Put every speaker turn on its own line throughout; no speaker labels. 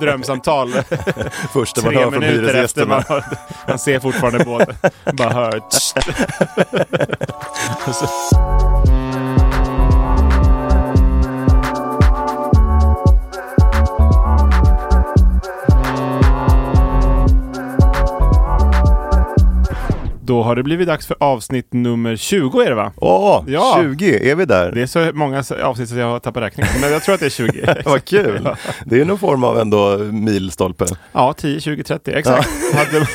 drömsamtal.
Första man
Tre
hör från
minuter efter
hyresgästerna.
man, har- man ser fortfarande båten. Bara hör. tsch. Då har det blivit dags för avsnitt nummer 20 är det va?
Åh,
Ja.
20, är vi där?
Det är så många avsnitt så jag har tappat räkningen, men jag tror att det är 20.
Vad kul! Det är någon form av ändå milstolpe.
Ja, 10, 20, 30, exakt. Hade...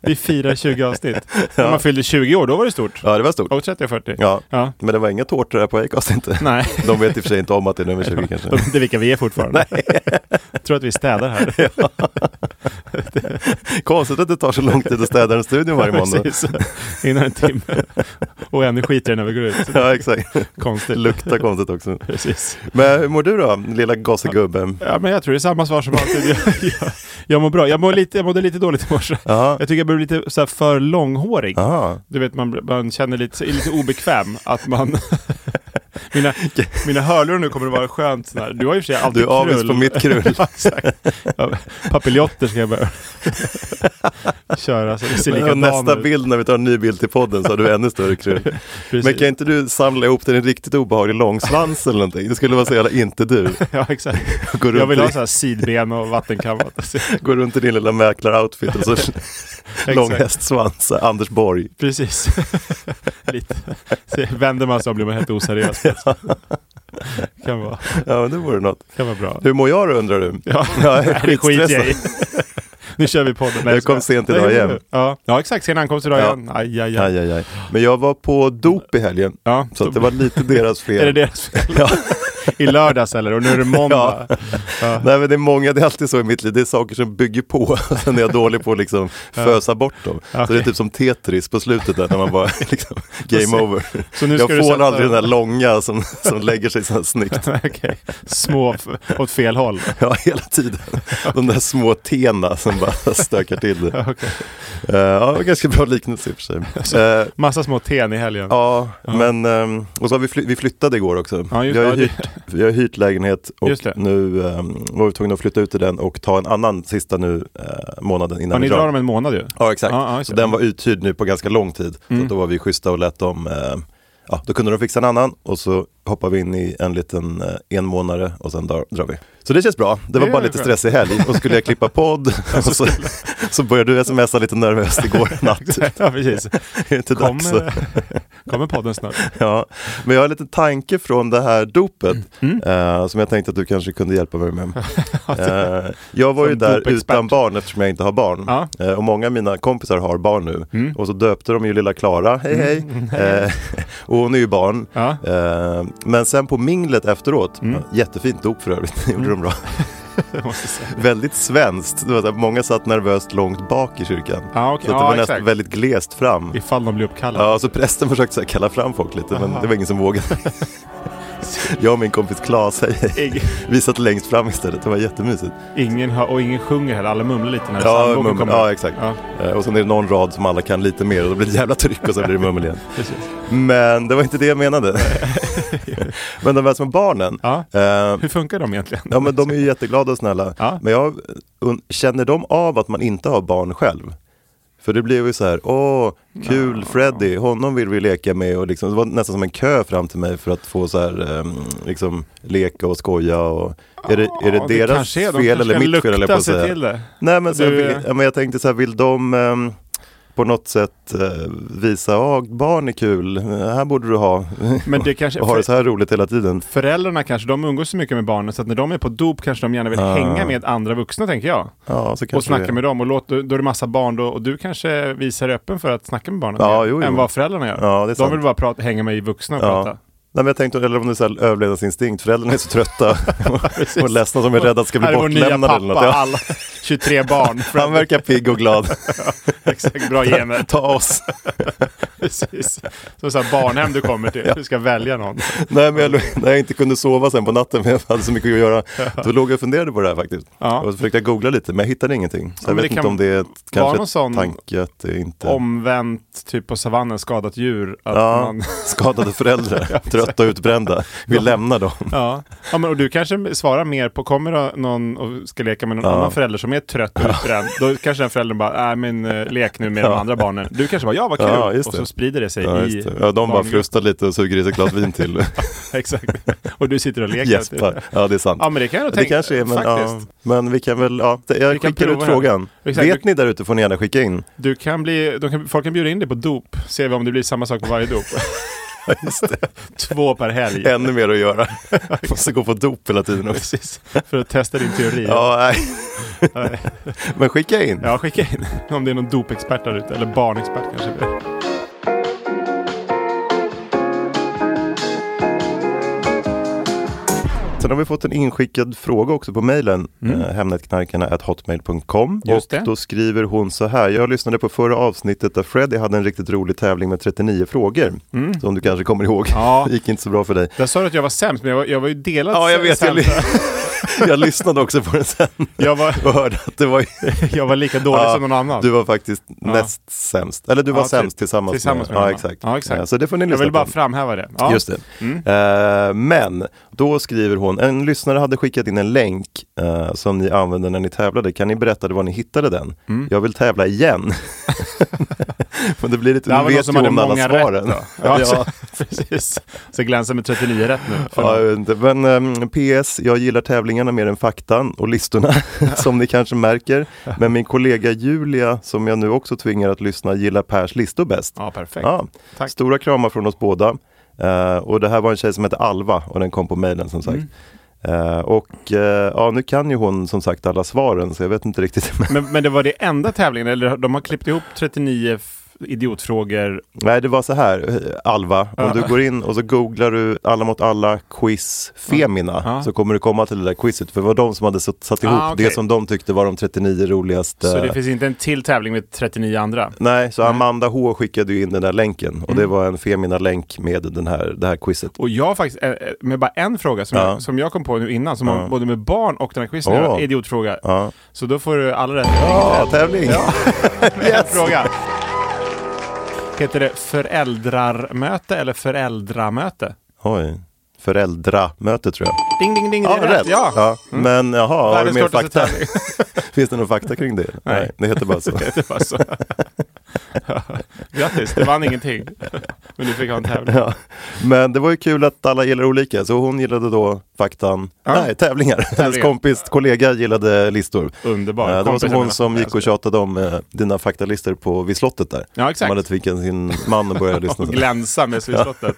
Vi firar 20 avsnitt. När man fyllde 20 år, då var det stort.
Ja, det var stort.
Och 30 och 40.
Ja.
Ja.
Men det var inga tårtor här på Acast inte.
Nej.
De vet i och för sig inte om att det är nummer 20 kanske.
De vet inte vilka vi är fortfarande. Jag tror att vi städar här.
Konstigt att det tar så lång tid att städa en studio varje måndag.
Precis. Innan en timme. Och ännu skiter i det när vi går ut.
Ja, exakt. Det
Konstigt.
luktar konstigt också.
Precis.
Men hur mår du då, lilla gossegubben?
Ja, men jag tror det är samma svar som alltid. Jag, jag, jag mår bra. Jag, mår lite, jag mådde lite dåligt i morse.
Ja.
Jag tycker jag blev lite så här för långhårig.
Aha.
Du vet, man, man känner lite, är lite obekväm att man... mina, mina hörlurar nu kommer att vara skönt sån här. Du har ju i och för sig alltid
Du är avis på
krull.
mitt krull.
Ja, exakt. Ja, Papiljotter ska jag börja köra så det ser
Men nästa
likadant ut.
bild när vi tar en ny bild till podden så har du ännu större krull.
Precis.
Men kan inte du samla ihop till en riktigt obehaglig långsvans eller någonting? Det skulle vara så jävla inte du.
Ja, exakt.
Går runt,
Jag vill
i,
ha så här sidben och vattenkammat. Alltså,
går runt i din lilla mäklaroutfit och så
exakt.
lång hästsvans, eh, Anders Borg.
Precis. Lite. Så vänder man sig om blir man helt oseriös. kan, vara,
Ja, men det vore något.
kan vara bra.
Hur mår jag då undrar du?
Ja,
jag är
nej, det skiter jag i.
skitstressad.
Nu kör vi podden. Nej,
Jag kom
ska-
sent idag
Nej,
igen.
nu. Ja, ja exakt. Sen ankomst idag
Ja.
igen. Aj, aj, aj.
Aj, aj, aj. Men jag var på dop i helgen,
Ja,
så att det var lite deras fel.
Är det deras fel?
Ja.
I lördags eller? Och nu är det måndag. Ja.
Nej men det är många, det är alltid så i mitt liv, det är saker som bygger på, sen är jag dålig på att liksom fösa bort dem. Så det är
Okej.
typ som Tetris på slutet där, när man bara liksom, game over.
Så nu
jag
ska du
får
sätta-
aldrig den där långa som, som lägger sig så här snyggt.
Okej. Små f- åt fel håll.
Ja, hela tiden. De där små tena som bara stökar till det.
Okej.
Eh, ja, det var ganska bra liknelse i och för sig. Eh,
Massa små ten i helgen.
ja, men, ehm, och så har vi, fly- vi flyttade igår också.
Ja, just
jag,
det.
har
Ja,
hyrt, jag har hyrt lägenhet och
Just det.
nu ehm, var vi tvungna att flytta ut i den och ta en annan sista nu eh, månaden
Ja,
innan
ni
vi drar.
drar om en månad ju.
Ja, exakt.
Ja, ja, just
så
det.
den var uthyrd nu på ganska lång tid. Så
Mm.
att då var vi schyssta och lät dem, eh, ja, då kunde de fixa en annan och så hoppar vi in i en liten eh, en månadare och sen drar, drar vi. Så det känns bra. Det var
Det
bara
är
lite
bra.
stressig helg och skulle jag klippa podd och så, så började du smsa lite nervöst igår natt.
Ja, precis.
Är det inte dags?
Kommer, kommer podden snart?
Ja. Men jag har en liten tanke från det här dopet
Mm.
eh, som jag tänkte att du kanske kunde hjälpa mig med. Eh, jag var
Alltså,
ju
Som
där
dopexpert.
utan barn eftersom jag inte har barn.
Ja. Mm.
Eh, och många av mina kompisar har barn nu. Och så döpte de ju lilla Klara, hej hej. Eh, och hon är ju barn.
Ja. Mm.
Eh, men sen på minglet efteråt, jättefint dop för övrigt, gjorde de bra.
Jag måste säga.
väldigt svenskt, det var så här, många satt nervöst långt bak i kyrkan.
Ja, okej.
Så att det
Ja,
var nästan
exakt.
väldigt glest fram.
Ifall de blir uppkallade.
Ja, så prästen försökte så här kalla fram folk lite, men det var ingen som vågade. Jag och min kompis Klas, hej, hej.
Ing-
Vi satt längst fram istället, det var jättemysigt.
Ingen hör, och ingen sjunger heller. Alla mumlar lite när
Ja,
psalmboken
mumel,
kommer.
ja exakt.
Ja,
Eh, Och sen är det någon rad som alla kan lite mer och då blir det ett jävla tryck och så blir det mummel igen.
precis.
Men det var inte det jag menade. Men de här små barnen,
Ja.
eh,
Hur funkar de egentligen?
ja, men de är ju jätteglada och snälla.
Ja.
Men jag, und- känner de av att man inte har barn själv? För det blev ju så här, åh, kul Freddy, honom vill vi leka med. Och liksom, det var nästan som en kö fram till mig för att få så här, ehm, liksom, leka och skoja. Och, är det, är det
Ja,
deras
kanske är- de
fel
kanske
eller
kan
mitt fel, höll jag på
lukta
att
sig
säga.
till det.
Nej men, så här,
Du,
vill-
eh,
ja, men jag tänkte så här, vill de ehm, på något sätt eh, visa, ja barn är kul, Eh, här borde du ha.
Men det kanske,
och ha det så här roligt hela tiden.
föräldrarna kanske, de umgås så mycket med barnen så att när de är på dop kanske de gärna vill
Ah.
hänga med andra vuxna tänker jag.
Ja, så kanske
och snacka
det.
med dem och låt, då är det massa barn då och du kanske visar dig öppen för att snacka med barnen
Ja,
mer
jo, jo.
än vad föräldrarna gör.
Ja, det är
de
sant.
vill bara prata, hänga med vuxna och
Ja.
prata.
Nej, men jag tänkte, eller om det är så här överlevnadsinstinkt, föräldrarna är så trötta och, och ledsna, de är rädda att ska bli
Här är vår nya
bortlämnade
pappa,
eller något. Ja.
alla 23 barn.
Han verkar pigg och glad.
Exakt, bra gener.
Ta oss.
Precis. Som så här barnhem du kommer till, du ska välja någon.
Nej, men jag, när jag inte kunde sova sen på natten för jag hade så mycket att göra, då låg jag och funderade på det här faktiskt.
Ja.
Och så försökte jag googla lite, men jag hittade ingenting. Så
men
jag vet
det
inte
kan
om det är ett,
vara
kanske
någon sån
tanke att det inte...
Omvänt, typ på savannen, skadat djur. Att
ja,
man,
skadade föräldrar, trötta och utbrända. Vi lämnar dem.
ja. ja men, och du kanske svarar mer på, kommer då någon och ska leka med någon annan förälder som är trött och utbränd, då kanske den föräldern bara, nej men eh, lek nu med de andra barnen. Du kanske bara, ja vad kul,
Ja, just
och
det.
så sprider det sig
Ja,
i
just det. ja, de bara
barngruppen.
frustar lite och suger i sig ett glas vin till.
Exakt, och du sitter och leker.
Gäspar. Ja, det är sant.
Ja men det kan jag nog
Det
tänka,
kanske är, men, ja,
faktiskt.
men vi kan väl, ja, det-
Vi
jag
kan
skickar ut
prova det.
frågan.
Exakt,
Vet
vi-
ni där ute får ni gärna skicka in.
Du kan bli, de kan, folk kan bjuda in dig på dop, ser vi om det blir samma sak på varje dop.
Just det.
Två per helg.
Ännu mer att göra. Måste gå på dop hela tiden också.
Precis, för att testa din teori.
Ja, nej. Men skicka in.
Ja, skicka in om det är någon dopexpert där ute, eller barnexpert kanske.
Sen har vi fått en inskickad fråga också på mejlen, eh, hemnetknarkarna.hotmail.com.
Mm. Just
Och
det.
då skriver hon så här, jag lyssnade på förra avsnittet där Freddy hade en riktigt rolig tävling med 39 frågor. Som du kanske kommer ihåg,
Mm. Ja.
gick inte så bra för dig.
Där sa du att jag var sämst, men jag var, jag var ju delad
Ja, jag vet. Jag,
sämst.
ly- jag lyssnade också på den sen
Jag var,
och hörde att det var
jag var lika dålig
Ja,
som någon annan.
Du var faktiskt näst sämst. Eller du var
Ja, typ.
sämst tillsammans,
Tillsammans med
Ja,
någon
exakt.
annan. Ja, exakt.
Eh, Så det får ni
jag
lyssna
vill bara
på.
framhäva det. Ja. Mm.
Just det. Eh, men då skriver hon, en lyssnare hade skickat in en länk eh, som ni använde när ni tävlade. Kan ni berätta var ni hittade den?
Mm.
Jag vill tävla igen. men det blir lite,
Det här
nu
var någon
vet
som
ju
hade
hon alla
många
svaren.
rätt då. Ja,
ja.
precis. Så glänsa med 39 rätt nu. För
Ja, jag vet inte. men ehm, PS, jag gillar tävlingarna mer än faktan och listorna som ni kanske märker. Men min kollega Julia, som jag nu också tvingar att lyssna, gillar Pers listor bäst.
ja perfekt.
Ja.
Tack.
Stora kramar från oss båda. Eh, och det här var en tjej som hette Alva och den kom på mejlen som sagt.
Mm.
Eh, och eh, ja, nu kan ju hon som sagt alla svaren så jag vet inte riktigt. Men,
Men, men det var det enda tävlingen, eller de har klippt ihop 39 f- idiotfrågor.
nej, det var så här eh, Alva, om du går in och så googlar du alla mot alla quiz Femina
Ja.
så kommer du komma till det där quizet. För det var de som hade satt, satt ihop
Ah, okej.
det som de tyckte var de 39 roligaste.
Så det finns inte en till tävling med 39 andra.
Nej, så Amanda H skickade ju in den där länken och
Mm.
det var en Femina-länk med den här, det här quizet.
Och jag har faktiskt, eh, eh, med bara en fråga som,
Ja.
jag, som jag kom på nu innan, som har både med barn och den här quizen
Åh.
att göra, idiotfråga.
Ja,
Så då får du alla rätt.
ja tävling!
En fråga. Heter det föräldrarmöte eller föräldramöte?
Oj. Föräldramöte tror jag.
Ding, ding, ding.
Ja,
det är rätt. Ja. Mm.
Men jaha, har du
Världens
mer
kortaste
fakta?
tävling.
Finns det någon fakta kring det? Nej. det heter bara så.
Det var så. Grattis, du vann ingenting. Men du fick ha en tävling.
Ja. Men det var ju kul att alla gillar olika, så hon gillade då faktan, nej tävlingar. Hennes kompis, kollega gillade listor.
Underbar.
Eh, Det var
Kompis,
som
jag
hon
menar.
som
Jag
gick och tjatade om eh, dina faktalistor på vid slottet där.
Ja, exakt.
Som hade tvingat sin man att börja lyssna.
Och glänsa med Swisslottet.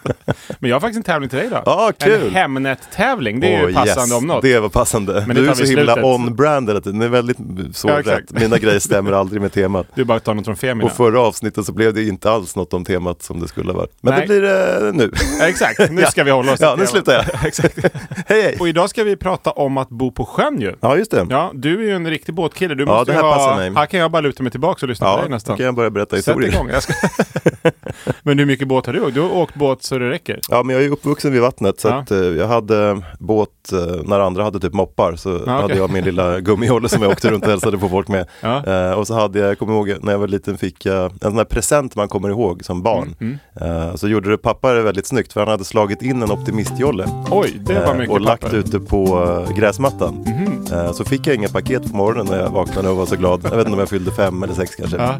Men jag har faktiskt en tävling till dig idag.
Ja, kul.
En Hemnet-tävling, det är
Åh,
ju passande
yes.
om något.
Det var passande.
Men det
du är
tar
så
vi i
himla
slutet.
on-brand hela tiden. Det är väldigt mm, så
Ja,
rätt.
exakt.
Mina grejer stämmer aldrig med temat.
Du bara tar något från Femina.
Och förra avsnittet så blev det inte alls något om temat som det skulle ha varit. Men det
Nej.
blir det nu.
Ja, Exakt, nu ska vi hålla oss till
Ja, nu
temat.
slutar jag.
Exakt.
hej, hej!
Och idag ska vi prata om att bo på sjön ju.
Ja, just det.
Ja, du är ju en riktig båtkille. Du
Ja,
måste
det
ju
här
ha...
passar mig.
Här kan jag bara luta mig tillbaka och lyssna på dig
Ja, då
nästan.
kan jag börja berätta
Sätt
historier.
igång. Jag ska... Men hur mycket båt har du åkt? Du har åkt båt så det räcker.
Ja, men jag är ju uppvuxen vid vattnet så
Ja.
att, eh, jag hade eh, båt eh, när andra hade typ moppar så
okej.
hade jag min lilla gummijolle som jag åkte runt och hälsade på folk med.
Ja.
Eh, och så hade jag, jag kommer ihåg när jag var liten fick olika, en sån här present man kommer ihåg som barn.
Mm,
Eh, så gjorde det pappa det väldigt snyggt för han hade slagit in en optimistjolle.
Oj, det var
Eh,
mycket
och lagt
papper. Mhm.
ute på eh, gräsmattan. Eh, Så fick jag inga paket på morgonen när jag vaknade och var så glad. Jag vet inte om jag fyllde fem eller sex kanske.
Ja.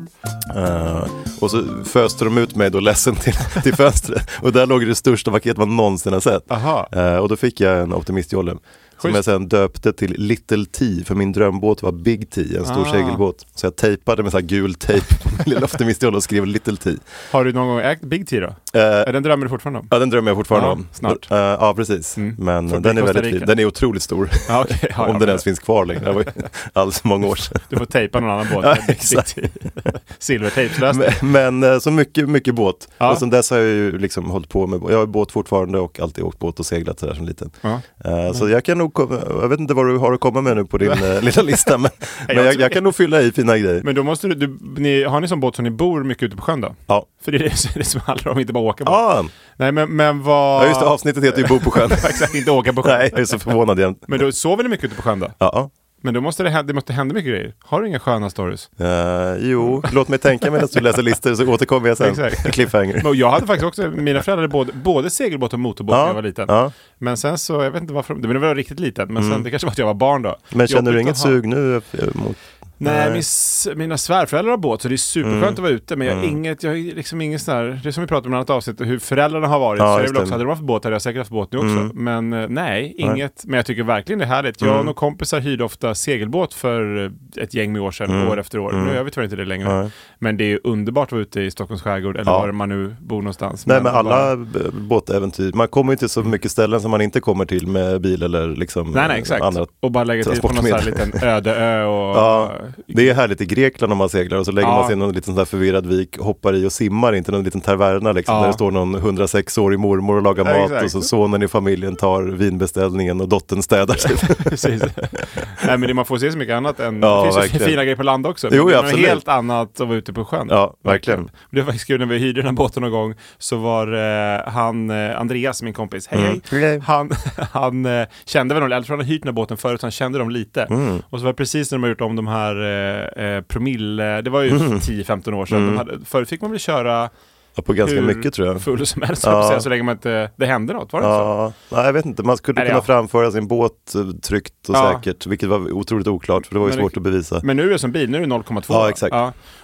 Eh, Och så föste de ut mig då ledsen till, till fönstret. Och där låg det största paket man någonsin har sett.
Aha.
Eh, Och då fick jag en optimistjolle. Som
Schysst.
jag sen döpte till Little T, för min drömbåt var Big T, en stor
Ah.
segelbåt. Så jag tejpade med så här gul tejp på min lilla optimistjolle och skrev Little T.
Har du någon gång ägt Big T då?
Eh,
Är den drömmer du fortfarande om?
Ja, den drömmer jag fortfarande
Ja,
om.
snart.
Eh, ja, precis.
Mm.
Men
Får bli
den är
Costa
väldigt
Rica.
fin. Den är otroligt stor.
Ja, okej. Ja, ja,
om
men-
den ens finns kvar längre. Det var ju alldeles för många år sedan.
Du får tejpa någon annan båt.
Ja,
Det är Big
exakt.
T. Silvertejpslösning.
Men, men eh, så mycket, mycket båt.
Ja.
Och sen dess har jag ju liksom hållit på med båt. Jag har båt fortfarande och alltid åkt båt och seglat sådär som liten.
Ja. Mm.
Eh, Så jag kan nog komma, jag vet inte vad du har att komma med nu på din eh, lilla lista. Men, men
jag
jag,
tror-
jag kan nog fylla i fina grejer.
Men då måste du, du ni, har ni som båt som ni bor mycket ute på sjön då?
Ja.
För det är det, det som handlar om, inte bara åka båt.
Ah,
Nej men, men vad...
ja, just det, avsnittet heter ju Bo på sjön.
Exakt, inte åka på sjön.
Nej, jag är så förvånad jämt.
Men då sover ni mycket ute på sjön då?
Ja, ja.
Men då måste det, hända, det måste hända mycket grejer. Har du inga sköna stories?
Eh, jo, låt mig tänka medan du läser listor så återkommer jag sen.
Exakt.
Cliffhanger.
Men jag hade faktiskt också, mina föräldrar hade både, både segelbåt och motorbåt när jag var liten.
ja. Mm.
Men sen så, jag vet inte varför, men det var riktigt liten, men sen det kanske var att jag var barn då.
Men känner du
Jobbigt
inget
att ha-
sug nu? eh, Mot...
Nej,
Nej. Mm.
min, s- mina svärföräldrar har båt så det är superskönt att vara ute. Men jag, har inget, jag har ju liksom ingen sån här, det är som vi pratade om i ett annat avsnitt, hur föräldrarna har varit.
Ja,
så jag
just
vill också,
det. Mm.
hade de haft båt hade jag säkert haft båt nu också. Men eh, nej, inget. Men jag tycker verkligen det är härligt. Jag och några kompisar hyrde ofta segelbåt för eh, ett gäng med år sedan, år efter år. Nu gör vi tyvärr inte det längre.
Mm. Nej.
Men det är ju underbart att vara ute i Stockholms skärgård eller
Ja.
var man nu bor någonstans.
Nej men
bara-
alla b- båtäventyr, man kommer ju till så mycket ställen som man inte kommer till med bil eller liksom
Nej, nej,
eh,
exakt.
andra.
Och bara lägga till på någon sån här
transportmedel.
liten öde ö och...
Ja, det är härligt i Grekland om man seglar och så lägger
Ja.
man sig i någon liten sån här förvirrad vik, hoppar i och simmar, inte någon liten taverna liksom,
Ja.
där det står någon 106-årig mormor och lagar
Ja,
mat
exakt.
och så sonen i familjen tar vinbeställningen och dottern städar. Typ.
Precis. Nej, men det, man får se så mycket annat än...
Ja,
det finns ju
verkligen.
fina grejer på land också.
Jo,
men det är
ja,
något
absolut.
helt annat att vara ute på sjön.
Ja, verkligen.
Det var faktiskt kul när vi hyrde den här båten någon gång så var eh, han, eh, Andreas, min kompis, hej hej,
Hej.
han, han eh, kände väl någon, eller jag tror han hade hyrt den här båten förut, så han kände dem lite.
Mm.
Och så var det precis när de hade gjort om de här eh, eh, promille, det var ju
Mm.
10-15 år sedan, de hade, förut fick man väl köra
Ja, på ganska
hur
mycket tror jag.
full som helst,
Ja.
höll jag på att säga, så länge man inte, det hände något, var det inte så?
Ja, nej, jag vet inte, man skulle
Eller
kunna
ja.
framföra sin båt eh, tryggt och
Ja.
säkert, vilket var otroligt oklart för det var ju
Men det-
svårt att bevisa.
Men nu är det som bil, nu är det 0,2.
Ja,
va?
exakt.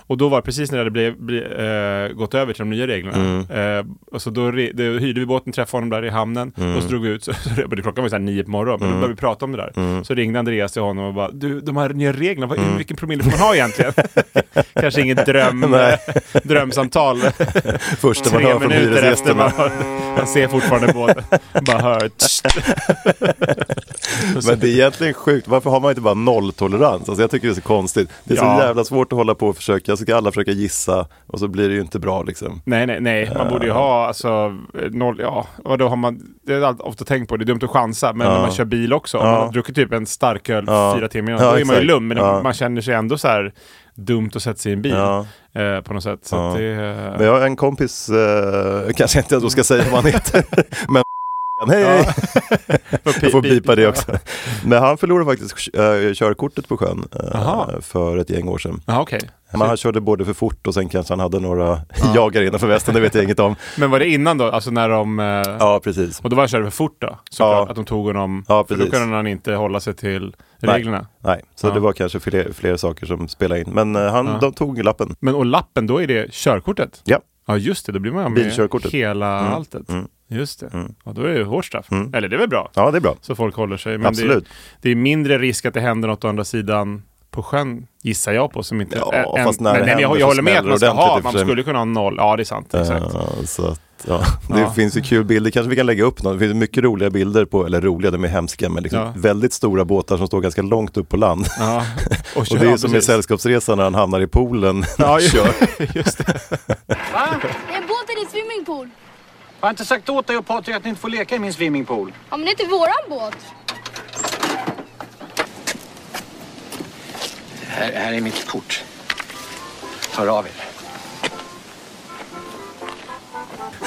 Och då var det precis när det hade blivit, bli, eh, gått över till de nya reglerna.
Mm.
Eh, och så då, re, då hyrde vi båten, träffade honom där i hamnen
Mm.
och så drog vi ut. Så, så det, klockan var ju så här nio på morgonen, men då började vi prata om det där.
Mm.
Så ringde Andreas till honom och bara, du, de här nya reglerna, vad, vilken promille får man ha egentligen? Kanske inget dröm,
Nej.
drömsamtal.
Första man
Tre
hör från
minuter efter man,
hyresgästerna.
har, man ser fortfarande båten. Bara hör. tsch.
Men det är egentligen sjukt, varför har man inte bara nolltolerans? Alltså jag tycker det är så konstigt. Det är
Ja.
så jävla svårt att hålla på och försöka, så ska alla försöka gissa och så blir det ju inte bra liksom.
Nej, nej, nej. Man borde ju ha alltså, eh, noll, ja, och då har man, det är allt ofta tänkt på, det är dumt att chansa, men när man kör bil också, om man har druckit typ en starköl fyra timmar innan, då
Ja,
är man ju
exakt.
lugn, men
Ja.
man känner sig ändå så här dumt att sätta sig i en bil
Ja.
eh, på något sätt. Så
Ja.
att det,
Men jag har en kompis, eh, kanske inte jag då ska säga vad han heter, men hej hej!
eh,
Jag får bipa det också. Men han förlorade faktiskt eh, körkortet på sjön eh,
Aha.
för ett gäng år sedan.
Ja, okej.
Men han körde både för fort och sen kanske han hade några jagare innanför västen, det vet jag inget om.
Men var det innan då, alltså när de, eh,
Ja, precis.
och då var han körde för fort då? Såklart,
Ja.
att de tog honom,
Ja,
för då
precis.
kunde han inte hålla sig till
Nej.
reglerna.
Nej, så
Ja.
det var kanske fler, fler saker som spelade in. Men eh, han,
Ja.
de tog lappen.
Men och lappen, då är det körkortet?
Ja.
Ja just det, då blir man av med
Bilkörkortet.
hela
Mm,
alltet.
mm.
Just det. Ja, då är det ju hårt straff.
Mm.
Eller det är väl bra?
Ja, det är bra.
Så folk håller sig. Men
Absolut.
Det, det är mindre risk att det händer något å andra sidan på sjön, gissar jag på. Som inte,
Ja,
ä-
fast när
men,
det
men jag, jag
händer så
håller med att
smäller
man ska
ordentligt i
ha,
och
man
för sig.
skulle kunna ha noll. Ja, det är sant. Exakt.
Eh, så att, ja. Det
Ja.
finns ju kul bilder, kanske vi kan lägga upp någon. Det finns mycket roliga bilder på, eller roliga, de är hemska, men liksom
Ja.
väldigt stora båtar som står ganska långt upp på land.
Ja.
Och det är ju som i Sällskapsresan när han hamnar i poolen när
Ja,
han
ju-
kör.
just det.
En båt är din swimmingpool.
Har jag inte sagt åt dig och Patrik att ni inte får leka i min swimmingpool?
Ja, men det är inte våran båt.
Här, här är mitt kort. Tar av er.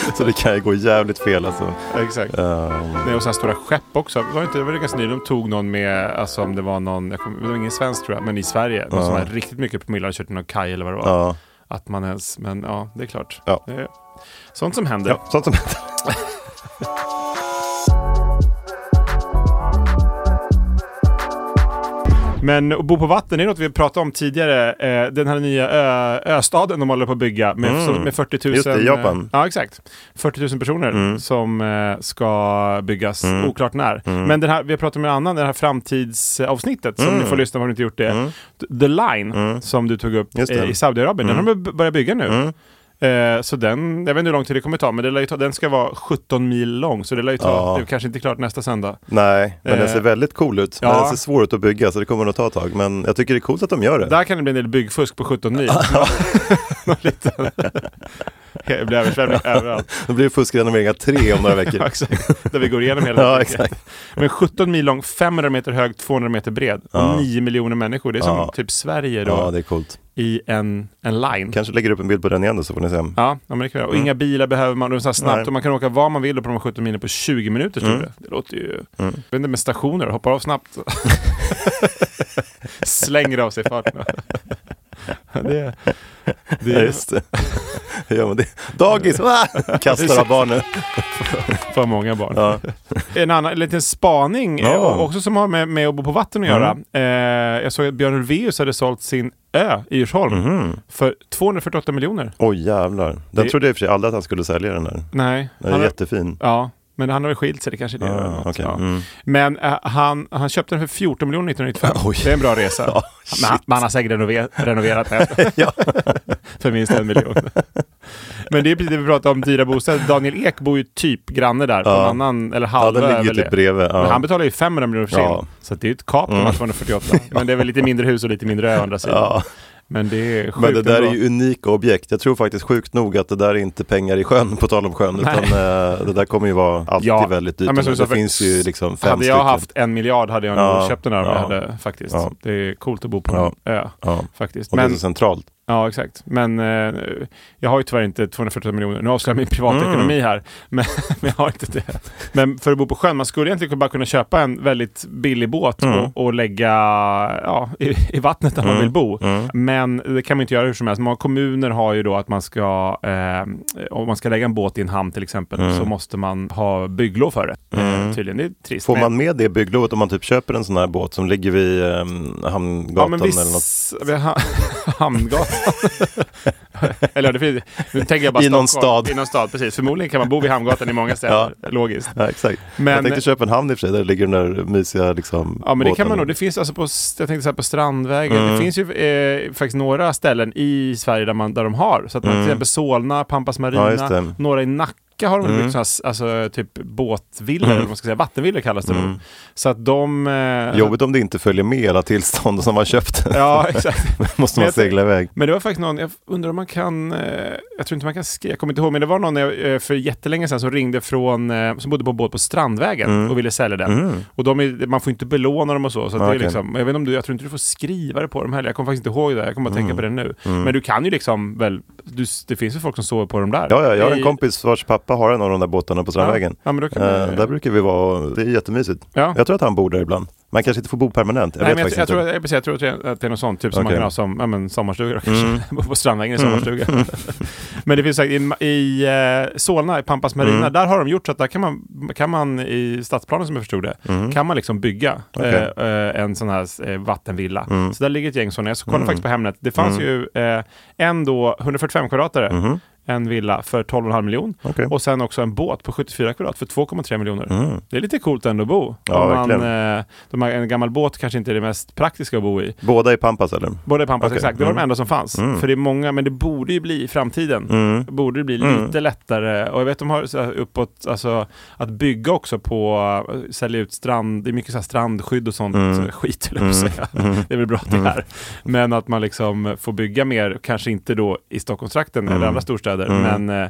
Så det kan ju gå jävligt fel alltså.
Exakt.
Eh,
Nej, och så här stora skepp också. Var det inte, det var det ganska nyligen de tog någon med, alltså om det var någon, jag kommer, det var ingen svensk tror jag, men i Sverige. Någon som hade riktigt mycket promille, hade kört i någon kaj eller vad det var.
Ja.
att man ens, men ja, det är klart.
Ja.
Det är sånt som händer.
Ja, sånt som händer.
Men att bo på vatten är något vi pratade om tidigare. Eh, den här nya ö, östaden de håller på att bygga med,
Mm.
som- med 40 000...
Just det, i Japan. Mm.
Eh, ja, exakt. 40 000 personer som eh, ska byggas, oklart när.
Mm.
Men den här, vi har pratat med en annan, det här framtidsavsnittet, som ni får lyssna på om ni inte gjort det. The Line, som du tog upp
Mm. Just det. Mm.
eh, i Saudiarabien, den har de b- börjat bygga nu. Eh, Så den, jag vet inte hur lång tid det kommer ta, men det lär ju ta, den ska vara 17 mil lång, så det lär ju ta,
Ja.
det är kanske inte klart nästa söndag.
Nej, men den
Eh,
ser väldigt cool ut. Men
ja.
den ser svår ut att bygga så det kommer nog ta ett tag. Men jag tycker det är coolt att de gör det.
Där kan det bli en del byggfusk på 17 mil. Någon liten- Det blir översvämning överallt.
Det blir fuskrenoveringar tre om några
Ja,
veckor.
exakt. Där vi går igenom hela
ja,
Sverige.
exakt.
Men 17 mil lång, 500 meter hög, 200 meter bred och
Ja.
9 miljoner människor. Det är som
Ja.
typ Sverige då
Ja, det är coolt.
i en, en line.
Kanske lägger upp en bild på den igen då så får ni se.
Ja, ja, men det kan vi göra. Och inga bilar behöver man. Det är så här snabbt
Mm. Nej.
och man kan åka var man vill på de här 17 milen på 20 minuter. Mm. Det. det låter ju... Jag vet inte, med stationer, hoppar av snabbt. Slänger av sig farten. det, det,
Ja, just det. Hur gör man det? Dagis! Va? Kastar av barnen.
För många barn.
Ja.
En annan en liten spaning,
Ja. Mm.
eh, och också som har med, med att bo på vatten att göra. Eh, jag såg att Björn Ulvaeus hade sålt sin ö i Djursholm
Mhm.
för 248 miljoner.
Oj jävlar. Den
Det-
trodde jag i och för sig aldrig att han skulle sälja den där.
Nej.
Den är
han har-
jättefin.
Ja, men han har väl skilt sig, det kanske är det. eller
Ah,
något,
okej.
ja.
Mm.
Men eh, han, han köpte den för 14 miljoner 1995.
Oj.
Det är en bra resa.
Ja,
men han, men han har säkert renove- renoverat den
Ja.
för minst en miljon. men det är precis det vi pratade om, dyra bostäder. Daniel Ek bor ju typ granne där, på
Ja.
en annan, eller
ja,
halvö. är
den ligger
väl
typ
det.
bredvid.
Men
Ja.
han betalar ju 500 miljoner för sin.
Ja. Mm.
Så att det är ju ett kap på de här 248. Men det är väl lite mindre hus och lite mindre ö å andra sidan.
Ja.
Men det är sjukt
Men det där
ändå.
är ju unika objekt. Jag tror faktiskt sjukt nog att det där är inte pengar i sjön, på tal om sjön, utan eh, det där kommer ju vara alltid
Ja.
väldigt dyrt.
Ja, men som
det
du sa, för-
finns ju liksom fem
Hade jag
stycken.
haft en miljard hade jag nog
Ja.
köpt den här om jag
Ja.
hade faktiskt.
Ja.
Det är coolt att bo på
Ja.
en ö.
Ja.
Faktiskt.
Och det är
Men,
så centralt.
ja, exakt. Men eh, jag har ju tyvärr inte 248 miljoner. Nu avslöjar jag min privatekonomi
Mm.
här. Men, men jag har inte det. Men för att bo på sjön, man skulle egentligen bara kunna köpa en väldigt billig båt
Mm.
och, och lägga ja, i, i vattnet där man vill bo.
Mm.
Men det kan man inte göra hur som helst. Många kommuner har ju då att man ska, eh, om man ska lägga en båt i en hamn till exempel,
Mm.
så måste man ha bygglov för det. Eh, tydligen, det är trist.
Får
Men-
man med det bygglovet om man typ köper en sån här båt som ligger vid um,
Ja,
Hamngatan
men viss...
eller något?
Vid ha... Hamngatan. eller ja, det finns... Nu tänker jag bara
I någon
Stockholm.
stad.
I någon stad, precis. Förmodligen kan man bo vid Hamngatan i många städer, logiskt.
Ja, exakt.
Men-
Jag tänkte köpa en hamn i och för sig, där ligger den där mysiga liksom,
Ja, men det kan
båten. Mm.
man nog. Det finns alltså på, s- jag tänkte så här på Strandvägen. Det finns ju eh, faktiskt några ställen i Sverige där, man, där de har. Så att man, till exempel Solna, Pampas
Mm. Ja,
Marina,
just det. Mm.
några i Nacka har de väl byggt sådana här, s- alltså typ båtvillor, eller vad man ska säga, vattenvillor kallas det nog. Så att de... Eh,
Mm. Jobbigt om det inte följer med hela tillstånd som man köpt.
Ja, exakt.
Måste
Men
man
jag-
segla iväg.
Men det var faktiskt någon, jag undrar om man kan, eh, jag tror inte man kan skriva, jag kommer inte ihåg, men det var någon när jag, eh, för jättelänge sedan som ringde från, eh, som bodde på en båt på Strandvägen
Mm.
och ville sälja den. Och de är, man får inte belåna dem och så, så att det
Okej.
är liksom, jag vet inte om du, jag tror inte du får skriva det på dem heller, jag kommer faktiskt inte ihåg det, jag kommer att
Mm.
tänka på det nu. Men du kan ju liksom väl, du, det finns ju folk som sover på dem där.
Ja, ja, jag har
I-
en kompis vars pappa har en av de där båtarna på Strandvägen.
Ja, ja, men då kan
Eh,
vi-
Där brukar vi vara, och det är jättemysigt.
Ja.
Jag tror att han bor där ibland. Man kanske inte får bo permanent, jag
Nej,
vet
men jag,
faktiskt
jag, tror,
inte.
jag, precis, jag tror att det- att det är något sånt, typ som man
Okej. Mm.
kan ha som ja, men, sommarstuga då, kanske. Bo på Strandvägen i sommarstuga. men det finns säkert i, i eh, Solna, i Pampas Marina,
Mm.
där har de gjort så att där kan man, kan man i stadsplanen som jag förstod det, kan man liksom bygga
Mm. Okej. Mm.
eh, eh, en sån här eh, vattenvilla. Så där ligger ett gäng sådana. Jag kollade faktiskt på Hemnet. Det fanns ju eh, en då, 145 kvadratare, en villa för 12,5 miljon
Mm-hmm. Okej. Mm.
och sen också en båt på 74 kvadrat för 2,3 miljoner. Det är lite coolt ändå att bo.
Ja,
Om man,
verkligen.
Eh, de här, en gammal båt kanske inte är det mest praktiska att bo i.
Båda i Pampas eller?
Båda i Pampas,
Okej.
exakt. Det var de
Mm. Mm.
enda som fanns. För det är många, men det borde ju bli i framtiden. Borde det bli lite lättare. Och jag vet de har så här uppåt, alltså att bygga också på, eh, sälja ut strand, det är mycket så här strandskydd och sånt
Mm.
så skit, eller jag på att säga. Det är väl bra att det är. Men att man liksom får bygga mer, kanske inte då i Stockholmstrakten eller andra storstäder, men eh,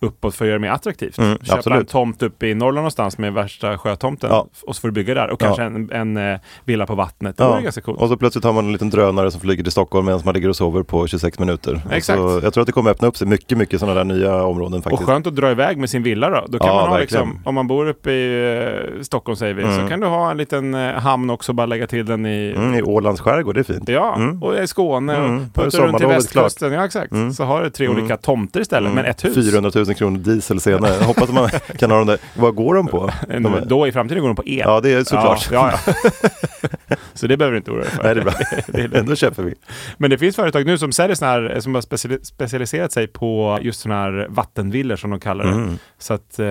uppåt för att göra det mer attraktivt.
Mm,
Köpa en
absolut.
tomt uppe i Norrland någonstans med värsta sjötomten
Ja.
och så får du bygga där och
Ja.
kanske en, en eh, villa på vattnet. Det
Ja.
vore ganska coolt.
Och så plötsligt har man en liten drönare som flyger till Stockholm medan man ligger och sover på 26 minuter. Och
Exakt.
Så jag tror att det kommer öppna upp sig mycket, mycket sådana där nya områden faktiskt.
Och skönt att dra iväg med sin villa då. Då kan
Ja,
man ha
verkligen.
liksom, om man bor uppe i eh, Stockholm säger vi, så
Mm.
kan du ha en liten eh, hamn också, bara lägga till den i
Mm, I Ålands skärgård, det är fint.
Ja,
Mm.
och i Skåne
Mm.
och putta
Då är
runt till
sommarlovet klart.
västkusten. Ja, exakt.
Mm.
Så har du tre olika
Mm.
tomter istället,
Mm.
men ett hus.
400 000 kronor diesel senare. Jag hoppas att man kan ha dem där. Vad går de på?
En-
De är-
Eh, Då i framtiden går de på el.
Ja, det är såklart.
Ja, ja, ja. så det behöver du inte oroa dig för.
Nej, det är bra.
Det är lugnt.
Ändå köper vi.
Men det finns företag nu som säljer såna här, eh, som har speciali- specialiserat sig på just såna här vattenvillor som de kallar det.
Mm.
Så att eh, det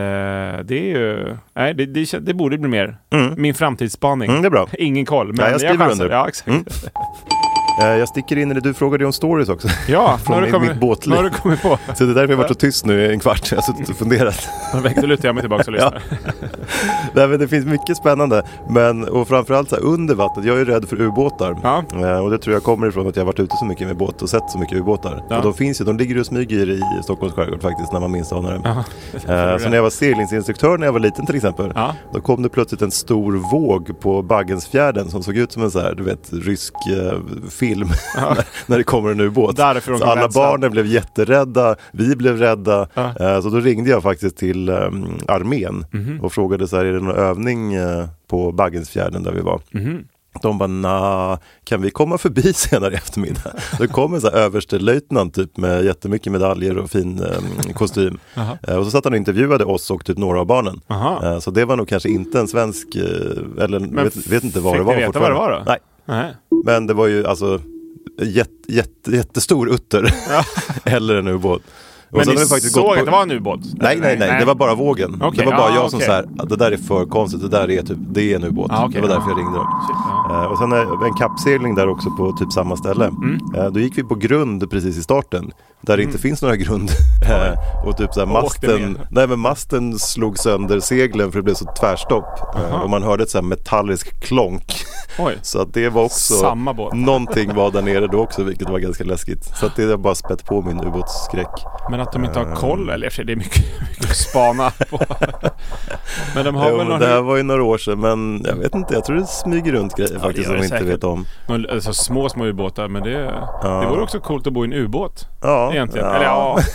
är ju, nej det, det, kän- det borde bli mer. Min framtidsspaning.
Mm, det är bra.
Ingen koll, men
Ja, jag skriver
chansar.
under.
Ja, exakt.
Mm. Eh, Jag sticker in i det, du frågade ju om stories också.
Ja, nu
Från
har du
mitt-
kommit-
mitt båtliv.
nu har
Typ.
du kommit på.
Så det är därför jag har varit så tyst nu i en kvart. Jag har suttit och funderat.
Perfekt, då lutar jag mig tillbaka och lyssnar.
Nej, men det finns mycket spännande. Men, och framförallt så här, under vattnet, jag är ju rädd för ubåtar.
Ja.
Eh, Och det tror jag kommer ifrån att jag har varit ute så mycket med båt och sett så mycket ubåtar.
Ja.
Och de finns ju, de ligger och smyger i Stockholms skärgård faktiskt när man minst anar det. Eh, Så när jag var seglingsinstruktör när jag var liten till exempel,
Ja.
då kom det plötsligt en stor våg på Baggensfjärden som såg ut som en så här, du vet, rysk eh, film när, när det kommer en ubåt.
Därifrån
Så
kom
alla
rädslan.
barnen blev jätterädda, vi blev rädda.
Ja.
Eh, Så då ringde jag faktiskt till eh, armén
Mhm.
och frågade så här, är det någon övning eh, på Baggensfjärden där vi var?
Mhm.
De bara, nah, kan vi komma förbi senare i eftermiddag? Då kom en så här överstelöjtnant typ med jättemycket medaljer och fin eh, kostym. Eh, och så satt han och intervjuade oss och typ några av barnen.
Aha.
Eh, så det var nog kanske inte en svensk, eh, eller vet, vet inte vad
fick
det var
ni veta vad det var då?
Nej,
Nej.
men det var ju alltså jätt, jätt, jättestor utter. eller en ubåt. Och
Men
sen
ni
har vi
såg
faktiskt gått på-
att det var en ubåt?
Nej, nej, nej, det var bara vågen.
Okej,
Det var bara
ah,
jag som
okej.
så här, "Ah, det där är för konstigt, det där är typ, det är en ubåt.
Ah, okej.
Det var därför jag ringde dem.
Shit, ja. Mm.
Eh, Och sen eh, en kappsegling där också på typ samma ställe. Eh, Då gick vi på grund precis i starten, där det inte finns några grund. Eh, och typ så här
åkte
masten,
med.
nej, men masten slog sönder seglen för det blev så tvärstopp. Eh, Och man hörde ett så här metalliskt klonk.
Oj.
Så att det var också,
Samma båt.
någonting var där nere då också vilket var ganska läskigt. Så att det har bara spett på min ubåtsskräck.
Men att de inte
Eh.
har koll, eller i och för sig, det är mycket, mycket att spana på. Men de har väl
Jo, men
någon,
det här var ju några år sedan men jag vet inte, jag tror det smyger runt grejer faktiskt
gör
som
det
vi inte
säkert.
vet om.
någon alltså, små, små ubåtar, men det, det vore också coolt att bo i en ubåt.
Ja,
Egentligen.
ja.
Eller ja...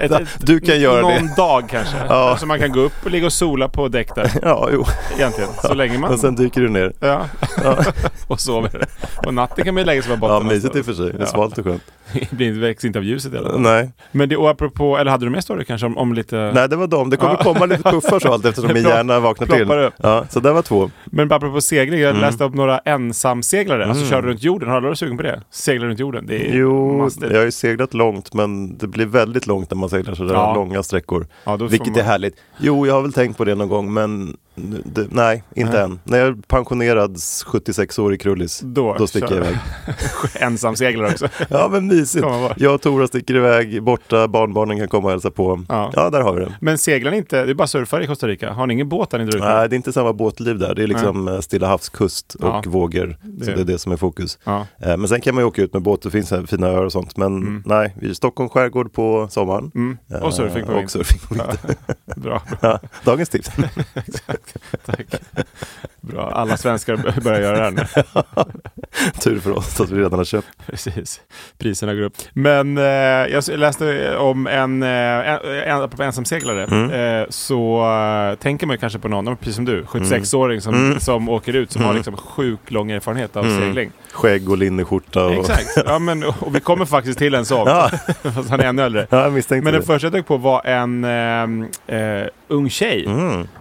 Ett, ett,
Du kan göra
någon
det.
dag kanske. Ja. Så man kan gå upp och ligga och sola på däck där.
Ja, jo.
Egentligen. Så länge man...
Och sen dyker du ner.
Ja. och sover. Och natten kan man ju lägga sig på
Ja,
botten.
mysigt i och för sig. Det är
Ja.
svalt och skönt.
Det blir inte- väcks inte av ljuset eller?
Nej.
Men det, och apropå, eller hade du mer story kanske om, om lite...
Nej, det var dem. Det kommer komma lite puffar så allt eftersom min
Plopp-
hjärna vaknar
ploppar upp.
till. Ja, så det var två.
Men apropå segling,
Mm.
jag läste upp några ensamseglare, alltså kör runt jorden. Har du varit sugen på det? Segla runt jorden, det är
Jo,
mastigt.
jag har ju seglat långt, men det blir väldigt långt när man seglar sådär
Ja.
långa sträckor.
Ja, då får
vilket
man-
är härligt. Jo, jag har väl tänkt på det någon gång, men nu- det, nej, inte än. När jag är pensionerad 76-årig krullis,
Då
då, sticker
kör
jag
du.
iväg.
Ensamseglare också.
Ja, men mysigt.
Kommer vara.
Jag och Tora sticker iväg, borta, barnbarnen kan komma och hälsa på.
Ja.
Ja, där har vi det.
Men seglar ni inte, det är bara surfare i Costa Rica. Har ni ingen båt där ni drar ut?
Nej, det är inte samma båtliv där. Det är liksom eh, Stilla havskust och
Ja.
vågor.
Det-
Så det är det som är fokus.
Ja.
Eh, Men sen kan man ju åka ut med båt, det finns här fina öar och sånt. Men nej, vi är i Stockholm skärgård på sommaren.
Mm. Och surfing på
Eh,
vintern.
och surfing på vintern.
Bra,
Ja. Dagens tips.
exakt. Tack. Bra, alla svenskar bör- börjar göra det här nu.
Tur för oss att vi redan har köpt.
Precis, priserna går upp. Men eh, jag s- läste om en, eh, en, en apropå ensamseglare,
Mm.
eh, så eh, tänker man ju kanske på någon, de är precis som du, 76-åring som,
Mm.
som åker ut, som har liksom sjuk lång erfarenhet av segling.
Skägg och linneskjorta. Och...
Exakt, ja, men, och vi kommer faktiskt till en sån,
Oh. Ja.
fast han är ännu äldre.
Ja, jag misstänkte
Men den
det.
första jag dök på var en eh, eh, ung tjej,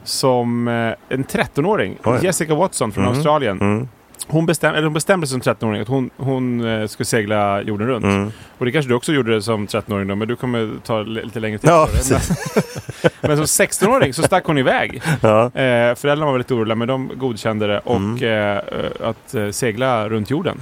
som eh, en 13-åring,
Mm. Oj. Mm.
Jessica Watson från Australien. Hon, bestäm, eller hon bestämde sig som 13-åring att hon, hon eh, skulle segla jorden runt.
Mm.
Och det kanske du också gjorde som 13-åring då, men du kommer ta li- lite längre tid.
Ja,
för det.
precis.
men, men som 16-åring så stack hon iväg.
Ja.
Eh, föräldrarna var väldigt oroliga, men de godkände det. Och
Mm.
eh, att eh, segla runt jorden.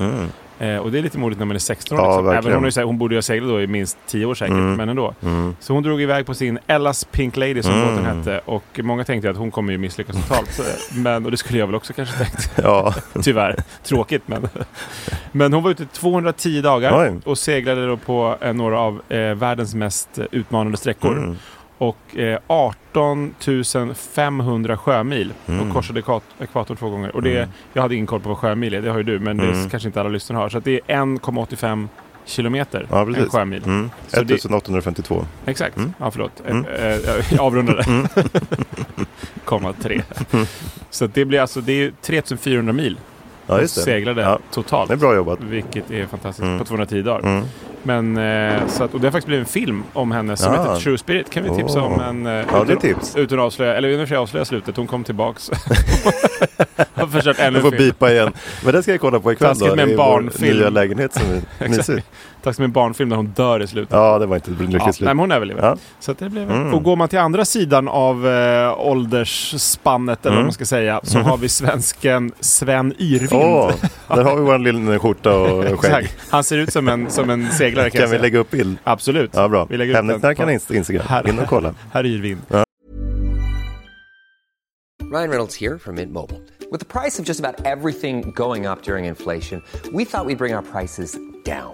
Eh, och det är lite modigt när man är 16 år.
Ja,
liksom. Även
verkligen. Mm.
om hon, är så här- hon borde ju ha seglat då i minst 10 år säkert, men ändå. Så hon drog iväg på sin Ella's Pink Lady som
Mm.
båten hette. Och många tänkte att hon kommer ju misslyckas totalt. så- men, och det skulle jag väl också kanske tänkt.
Ja.
Tyvärr. Tråkigt men. Men hon var ute i 210 dagar
Oj. Mm.
och seglade då på eh, några av eh, världens mest eh, utmanande sträckor. och eh, 18 500 sjömil
Mm.
och korsade ekva- ekvatorn två gånger. Och det, Jag hade ingen koll på vad sjömil är, det har ju du, men
Mm.
det kanske inte alla lyssnare har. Så att det är 1,85 kilometer,
Ja,
en
precis.
sjömil.
Mm.
Så det-
1852.
Exakt. Ja, förlåt. Mm. Jag avrundade.
Mm.
Komma tre. Så att det blir alltså, det är ju 3400 mil
Ja, just det.
seglade
Ja.
totalt.
Det är bra jobbat.
Vilket är fantastiskt,
Mm.
på 210 dagar. Men, eh, så att, och det har faktiskt blivit en film om henne som
Ah.
heter True Spirit. kan vi tipsa
Oh.
om. En, eh,
det är
utan-
tips.
Utan att avslöja, eller i och för sig avslöja slutet, hon kom tillbaks. har försökt ännu
Du
en
får
film.
bipa igen. Men den ska jag kolla på ikväll
Taskigt
då.
med en
i vår
barnfilm.
nya lägenhet som är mysig.
Tack som en barnfilm där hon dör i slutet.
Ja, det var inte ett lyckligt
Ja,
slut.
nej, men hon överlever.
Ja. Mm.
Så att det blev... Och går man till andra sidan av eh, åldersspannet, eller vad
Mm.
man ska säga, så har vi svensken Sven Yrvind.
Åh, där har vi vår lilla skjorta och skägg.
Exakt. Han ser ut som en, som en seglare kan,
Kan
jag
vi
säga.
lägga upp bild?
Absolut.
Ja, bra.
Vi lägger upp den
Hemnetknarkarna
på-
inst- Instagram.
Här-
In och kolla.
Herr Yrvind.
Ryan Reynolds here from Mint Mobile. With the price of just about everything going up during inflation, we thought we'd bring our prices down.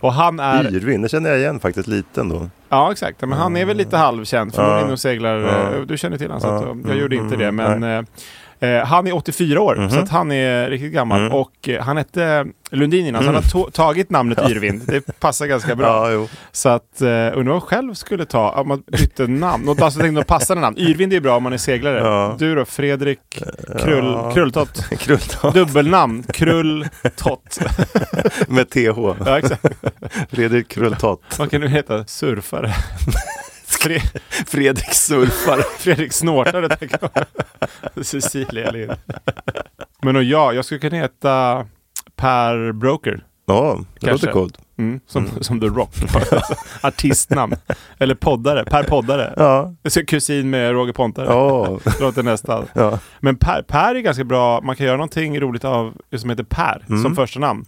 Och han är...
Yrvin, det känner jag igen faktiskt lite ändå.
Ja, exakt. Men han är väl lite halvkänd. Förmodligen
Ja.
och seglar...
Ja.
eh, Du känner till honom, så
Ja.
att, jag gjorde inte det.
Mm. Mhm.
Men eh, eh, han är 84 år, så att han är riktigt gammal.
Mm.
Och eh, han hette Lundin innan, så han har to- tagit namnet Yrvind. Det passar ganska bra.
Ja, jo.
Så att, eh, undrar vad jag själv skulle ta om man bytte namn. Något alltså, tänkte jag passande namn. Yrvind är ju bra om man är seglare.
Ja. Eh,
Du då, Fredrik Krull,
Ja.
Krulltott?
Krulltång
Dubbelnamn, Krulltott.
med TH.
Ja, exakt.
Fredrik Krulltott.
Vad kan du heta? Surfare? Fre
Fredrik Surfare.
Fredrik Snortare, tänker jag. Cecilia Lind. Men och jag, jag skulle kunna heta Per Broker.
Ja, det
Kanske.
låter coolt.
Mm, som, som The Rock. Artistnamn. Eller poddare. Per Poddare.
Ja,
Så Kusin med Roger Pontare.
ja.
Låter nästan.
Ja.
Men per, per är ganska bra, man kan göra någonting roligt av som heter Per
Mm.
som första namn.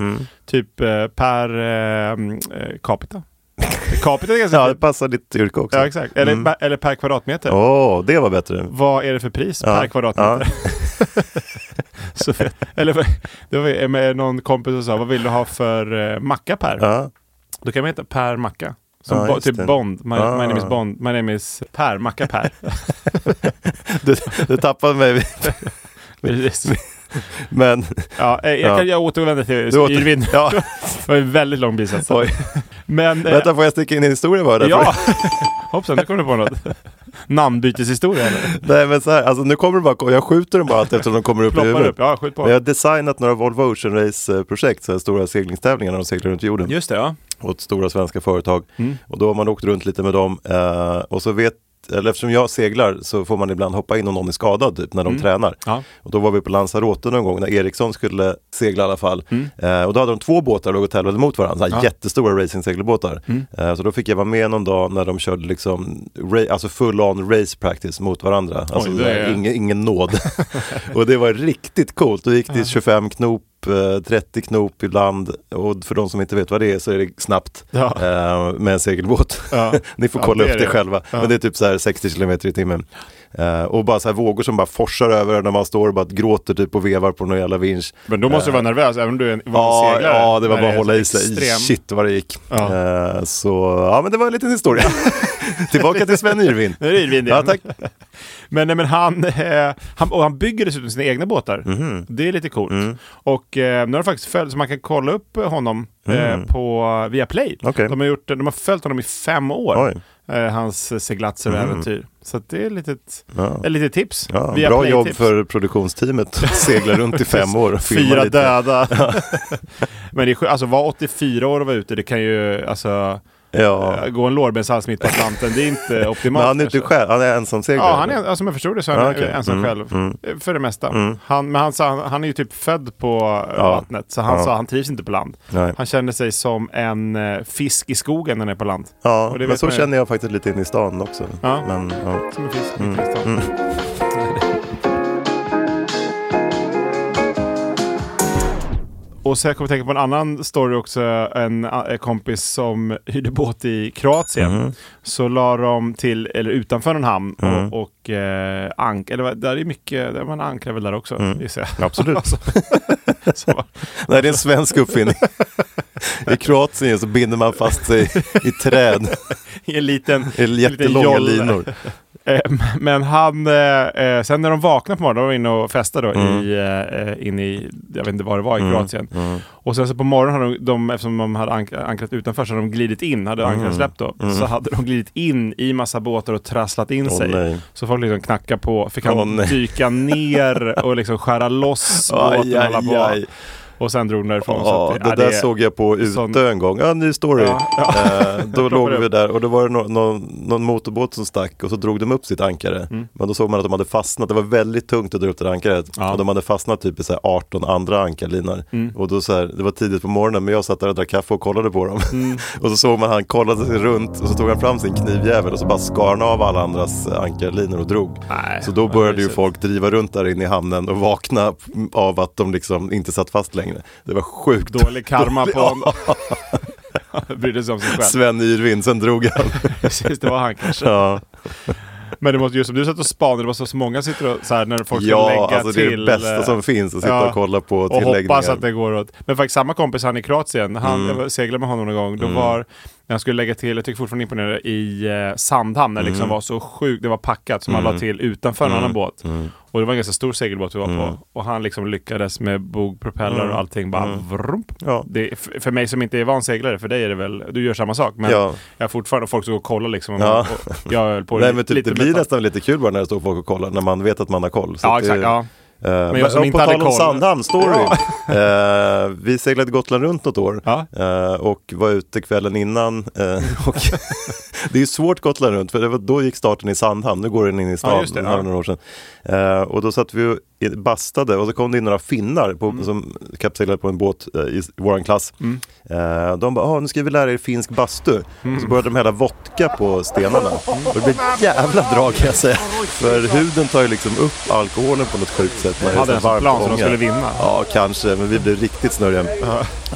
Typ eh, Per eh, mm, eh, capita. capita är ganska
ja, det
ja,
passar ditt yrke också.
ja, exakt. Eller,
Mm.
per- eller per kvadratmeter.
Åh, det var bättre.
Vad är det för pris per kvadratmeter? Så, eller, vad- det var ju eh, med någon kompis som sa, vad vill du ha för eh, macka Per?
Ja,
Då kan man heta Per Macka. Som
Ja,
bo,
just
typ
det.
Bond. My,
Ah.
my name is Bond. My name is Per Macka Per.
du, du tappade mig.
Precis.
Men,
ja, eh, jag,
Ja.
kan, jag återvänder till
Du åter-
Yrvin.
ja.
Det var en väldigt lång bisats.
Oj.
Men... eh,
Vänta, får jag sticka in en historia bara? där?
ja! Hoppsan, nu kom du på något. Namnbyteshistoria eller?
Nej, men så här, alltså nu kommer de bara, jag skjuter dem bara allt eftersom de kommer upp i
Ploppar
huvudet.
upp. Ja, skjut på.
Men jag har designat några Volvo Ocean Race-projekt, så här stora seglingstävlingar när de seglar runt jorden
Just det, ja.
åt stora svenska företag.
Mm.
Och då har man åkt runt lite med dem eh, och så vet eller eftersom jag seglar så får man ibland hoppa in om någon är skadad typ, när de tränar.
Mm. Ja.
Och då var vi på Lanzarote någon gång när Eriksson skulle segla i alla fall.
Mm.
Eh, och då hade de två båtar låg och tävlade mot varandra, så här jättestora racingsegelbåtar.
Mm.
Eh, så då fick jag vara med någon dag när de körde liksom ra- alltså full on race practice mot varandra. Alltså,
det är-
ingen, ingen nåd. och det var riktigt coolt. Då gick det 25 knop eh, 30 knop ibland och för de som inte vet vad det är så är det snabbt
Ja.
eh, med en segelbåt.
Ja.
Ni får
Ja,
kolla
det är
upp det,
det.
själva.
Ja.
Men det är typ så här 60 kilometer i timmen. Eh, och bara så här vågor som bara forsar över en när man står och bara gråter typ och vevar på någon jävla vinsch.
Men då måste du vara nervös, även om du är en van
Eh. Ja,
seglare.
ja, det var
När
bara att
är
hålla i
så
sig.
extrem-
Shit vad det gick.
Ja.
Eh, så ja, men det var en liten historia. Tillbaka till Sven Yrvin.
Nu är det Irvin
Ja,
igen.
tack.
Men, nej, men han, eh, han, och han bygger dessutom sina egna båtar.
Mhm.
Det är lite coolt.
Mm.
Och eh, nu har de faktiskt följt, så man kan kolla upp eh, honom eh, på Viaplay.
Mm. Okej.
De, har gjort, de har följt honom i fem år.
Oj.
eh, hans seglatser och
Mm.
äventyr. Så att det är lite ett
Ja.
ett litet tips.
Ja,
Via
bra
Play
jobb
tips.
för produktionsteamet. Segla runt i fem år och filma
Fyra
lite.
döda.
Ja.
Men det är, sjukt. alltså var 84 år och vara ute, det kan ju alltså
Ja.
eh, gå en lårbenshals mitt på Atlanten. Det är inte optimalt.
Men han är inte
kanske.
själv, han är ensamseglare.
Ja, han är, som jag förstod det så är han
Ja, okej.
ensam
Mm,
själv.
mm.
eh, För det mesta.
Mm.
Han, men han, sa, han, han är ju typ född på eh,
Ja.
vattnet, så han
Ja.
sa han trivs inte på land.
Nej.
Han känner sig som en eh, fisk i skogen när han är på land.
Ja,
Och det
men
vet
så
man ju.
känner jag faktiskt lite in i stan också.
Ja.
Men, ja.
Som en fisk
Mm.
mitt i stan.
Mm.
Och sen kommer jag tänka på en annan story också. En eh, kompis som hyrde båt i Kroatien.
Mhm.
Så la de till, eller utanför en hamn
Mm.
och, och eh, ank, eller vad- där är mycket, där man ankrar väl där också
Mm.
gissar jag.
Absolut.
Alltså, så var-
Nej, det är en svensk uppfinning. I Kroatien så binder man fast sig i träd.
I en liten,
I jättelånga
jolle.
linor.
Eh, Men han, eh, eh, sen när de vaknade på morgonen, de var inne och festade då
Mm.
i, eh, eh, inne i, jag vet inte vad det var, i Kroatien. Och sen så på morgonen, hade de, de, eftersom de hade ank- ankrat utanför, så hade de glidit in, hade
Mm.
ankrat släppt då, så hade de glidit in i massa båtar och trasslat in
Åh,
sig.
nej.
Så folk liksom knackade på, fick
Åh,
han
nej.
dyka ner och liksom skära loss båten
Aj,
och
aj,
hålla på.
aj.
Och sen drog de därifrån.
Ja,
att
det,
ja,
där
är-
såg jag på Utö
sån-
en gång. Ja, ny story.
Ja, ja.
Eh, då låg vi där och då var det nå- nå- någon motorbåt som stack och så drog de upp sitt ankare.
Mm.
Men då såg man att de hade fastnat. Det var väldigt tungt att dra upp det där ankaret.
Ja. Mm.
Och de hade fastnat typ i så här 18 andra ankarlinar. Och då så här, det var tidigt på morgonen men jag satt där och drack kaffe och kollade på dem.
Mm.
och så såg man han kollade sig runt och så tog han fram sin knivjävel och så bara skar han av alla andras eh, ankarlinor och drog.
Nej,
så då
vad
började ju
mysigt.
folk driva runt där inne i hamnen och vakna av att de liksom inte satt fast längre. Det var sjukt
Dålig karma
Dålig-
på honom. Han brydde sig om sig själv.
Sven Yrvin, sen drog han.
Precis, det var han kanske.
ja,
Men det måste, just som du satt och spanade, det var så, så många sitter och så här när folk ska
Ja,
lägga
alltså det är det
till.
bästa
eh,
som finns, att sitta och kolla på
Och hoppas
tilläggningar.
att det går åt. Men faktiskt samma kompis, han i Kroatien, han,
Mm.
jag var- seglade med honom någon gång, då var när jag skulle lägga till, jag tycker fortfarande imponerande, i eh, Sandhamn, när det
Mm.
liksom var så sjukt, det var packat, som han la till utanför en annan båt.
Mm.
Och det var en ganska stor segelbåt vi var på. Och han liksom lyckades med bog, propeller och allting bara vrump.
Mm. Ja.
Det, är- f- för mig som inte är van seglare, för dig är det väl, du gör samma sak, men
Ja.
jag har fortfarande folk som går och kollar liksom. Och
Ja.
och jag höll på
Nej, men typ,
lite
det
med
blir
ta-
nästan lite kul bara när det står folk och kollar, när man vet att man har koll.
Ja,
att
exakt,
det-
ja.
Eh,
Men
men
jag som
och
inte
på
hade
tal om
koll.
Sandhamn, story. Eh, vi seglade Gotland runt något år
Ja.
eh, och var ute kvällen innan. eh, och det är ju svårt Gotland runt, för det var, då gick starten i Sandhamn. Nu går den in i stan,
Ja, just det,
den här
ja.
några år sedan. Eh, och då satt vi och i- bastade och så kom det in några finnar på,
Mm.
som kapseglade på en båt eh, i s- våran klass. Eh, de bara, "Ah, nu ska vi lära er finsk bastu. Och
Mm.
så började de hälla vodka på stenarna. Och det blev ett jävla drag kan jag säga. För huden tar ju liksom upp alkoholen på något sjukt sätt. när det är
Hade
så
en sån
varmt
plan
och
som de
ånga.
skulle vinna.
Ja, kanske, men vi blev riktigt snurriga.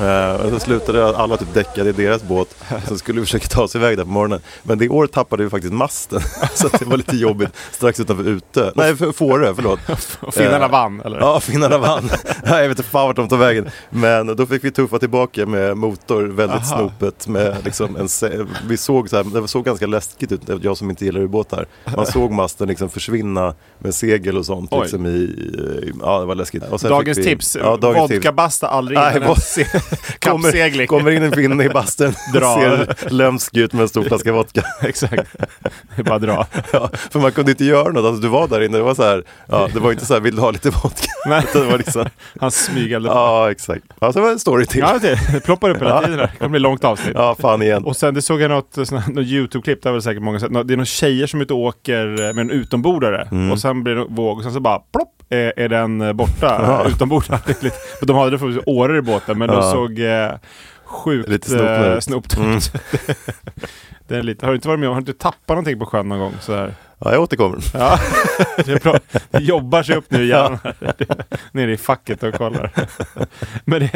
Eh, och så slutade alla typ däckade i deras båt. Så skulle vi försöka ta oss iväg där på morgonen. Men det år tappade vi faktiskt masten. så att det var lite jobbigt strax utanför Utö. Nej, för, Fårö, förlåt.
Och finnarna
Eh,
vann, eller?
Ja, finnarna vann. Nej, jag vet inte fan vart de tog vägen. Men då fick vi tuffa tillbaka med motor, väldigt snopet. Med liksom en, se- vi såg så här, det såg ganska läskigt ut, jag som inte gillar ubåtar. Man såg masten liksom försvinna med segel och sånt.
Oj.
Liksom i, i- ja, det var läskigt. Och sen
Dagens
fick vi-
tips,
ja, dagens tips.
vodka basta aldrig
Nej,
innan en
vod-
se-
Kommer,
kappsegling.
kommer in en finne i bastun,
Dra.
ser lömsk ut med en stor flaska vodka.
Exakt, det är bara att dra.
Ja, för man kunde inte göra något, alltså, du var där inne, det var så här, ja, det var inte så här, vill du ha lite vodka?
Nej.
Utan det var liksom,
Han smygade på.
ja exakt. Ja, så var det en story till.
Ja, det, det ploppar upp hela tiden. här. Det kommer bli långt avsnitt.
Ja, fan igen.
Och sen det såg jag något, sån här- något YouTube-klipp, där var det säkert många sett. Nå- Det är några tjejer som är ute och åker eh, med en utombordare.
Mm.
Och sen blir det en våg och sen så bara plopp är, är den eh, borta, ja. utombordaren. Det är lite- för De hade det för åror i båten, men de såg eh, sjukt
Lite snopna
eh,
ut. Mm.
snopt ut. det är lite, har du inte varit med om, har du inte tappat någonting på sjön någon gång? Så här?
Ja, jag återkommer.
Ja, det, är bra. det jobbar sig upp nu i hjärnan. Nere i facket och kollar. Men det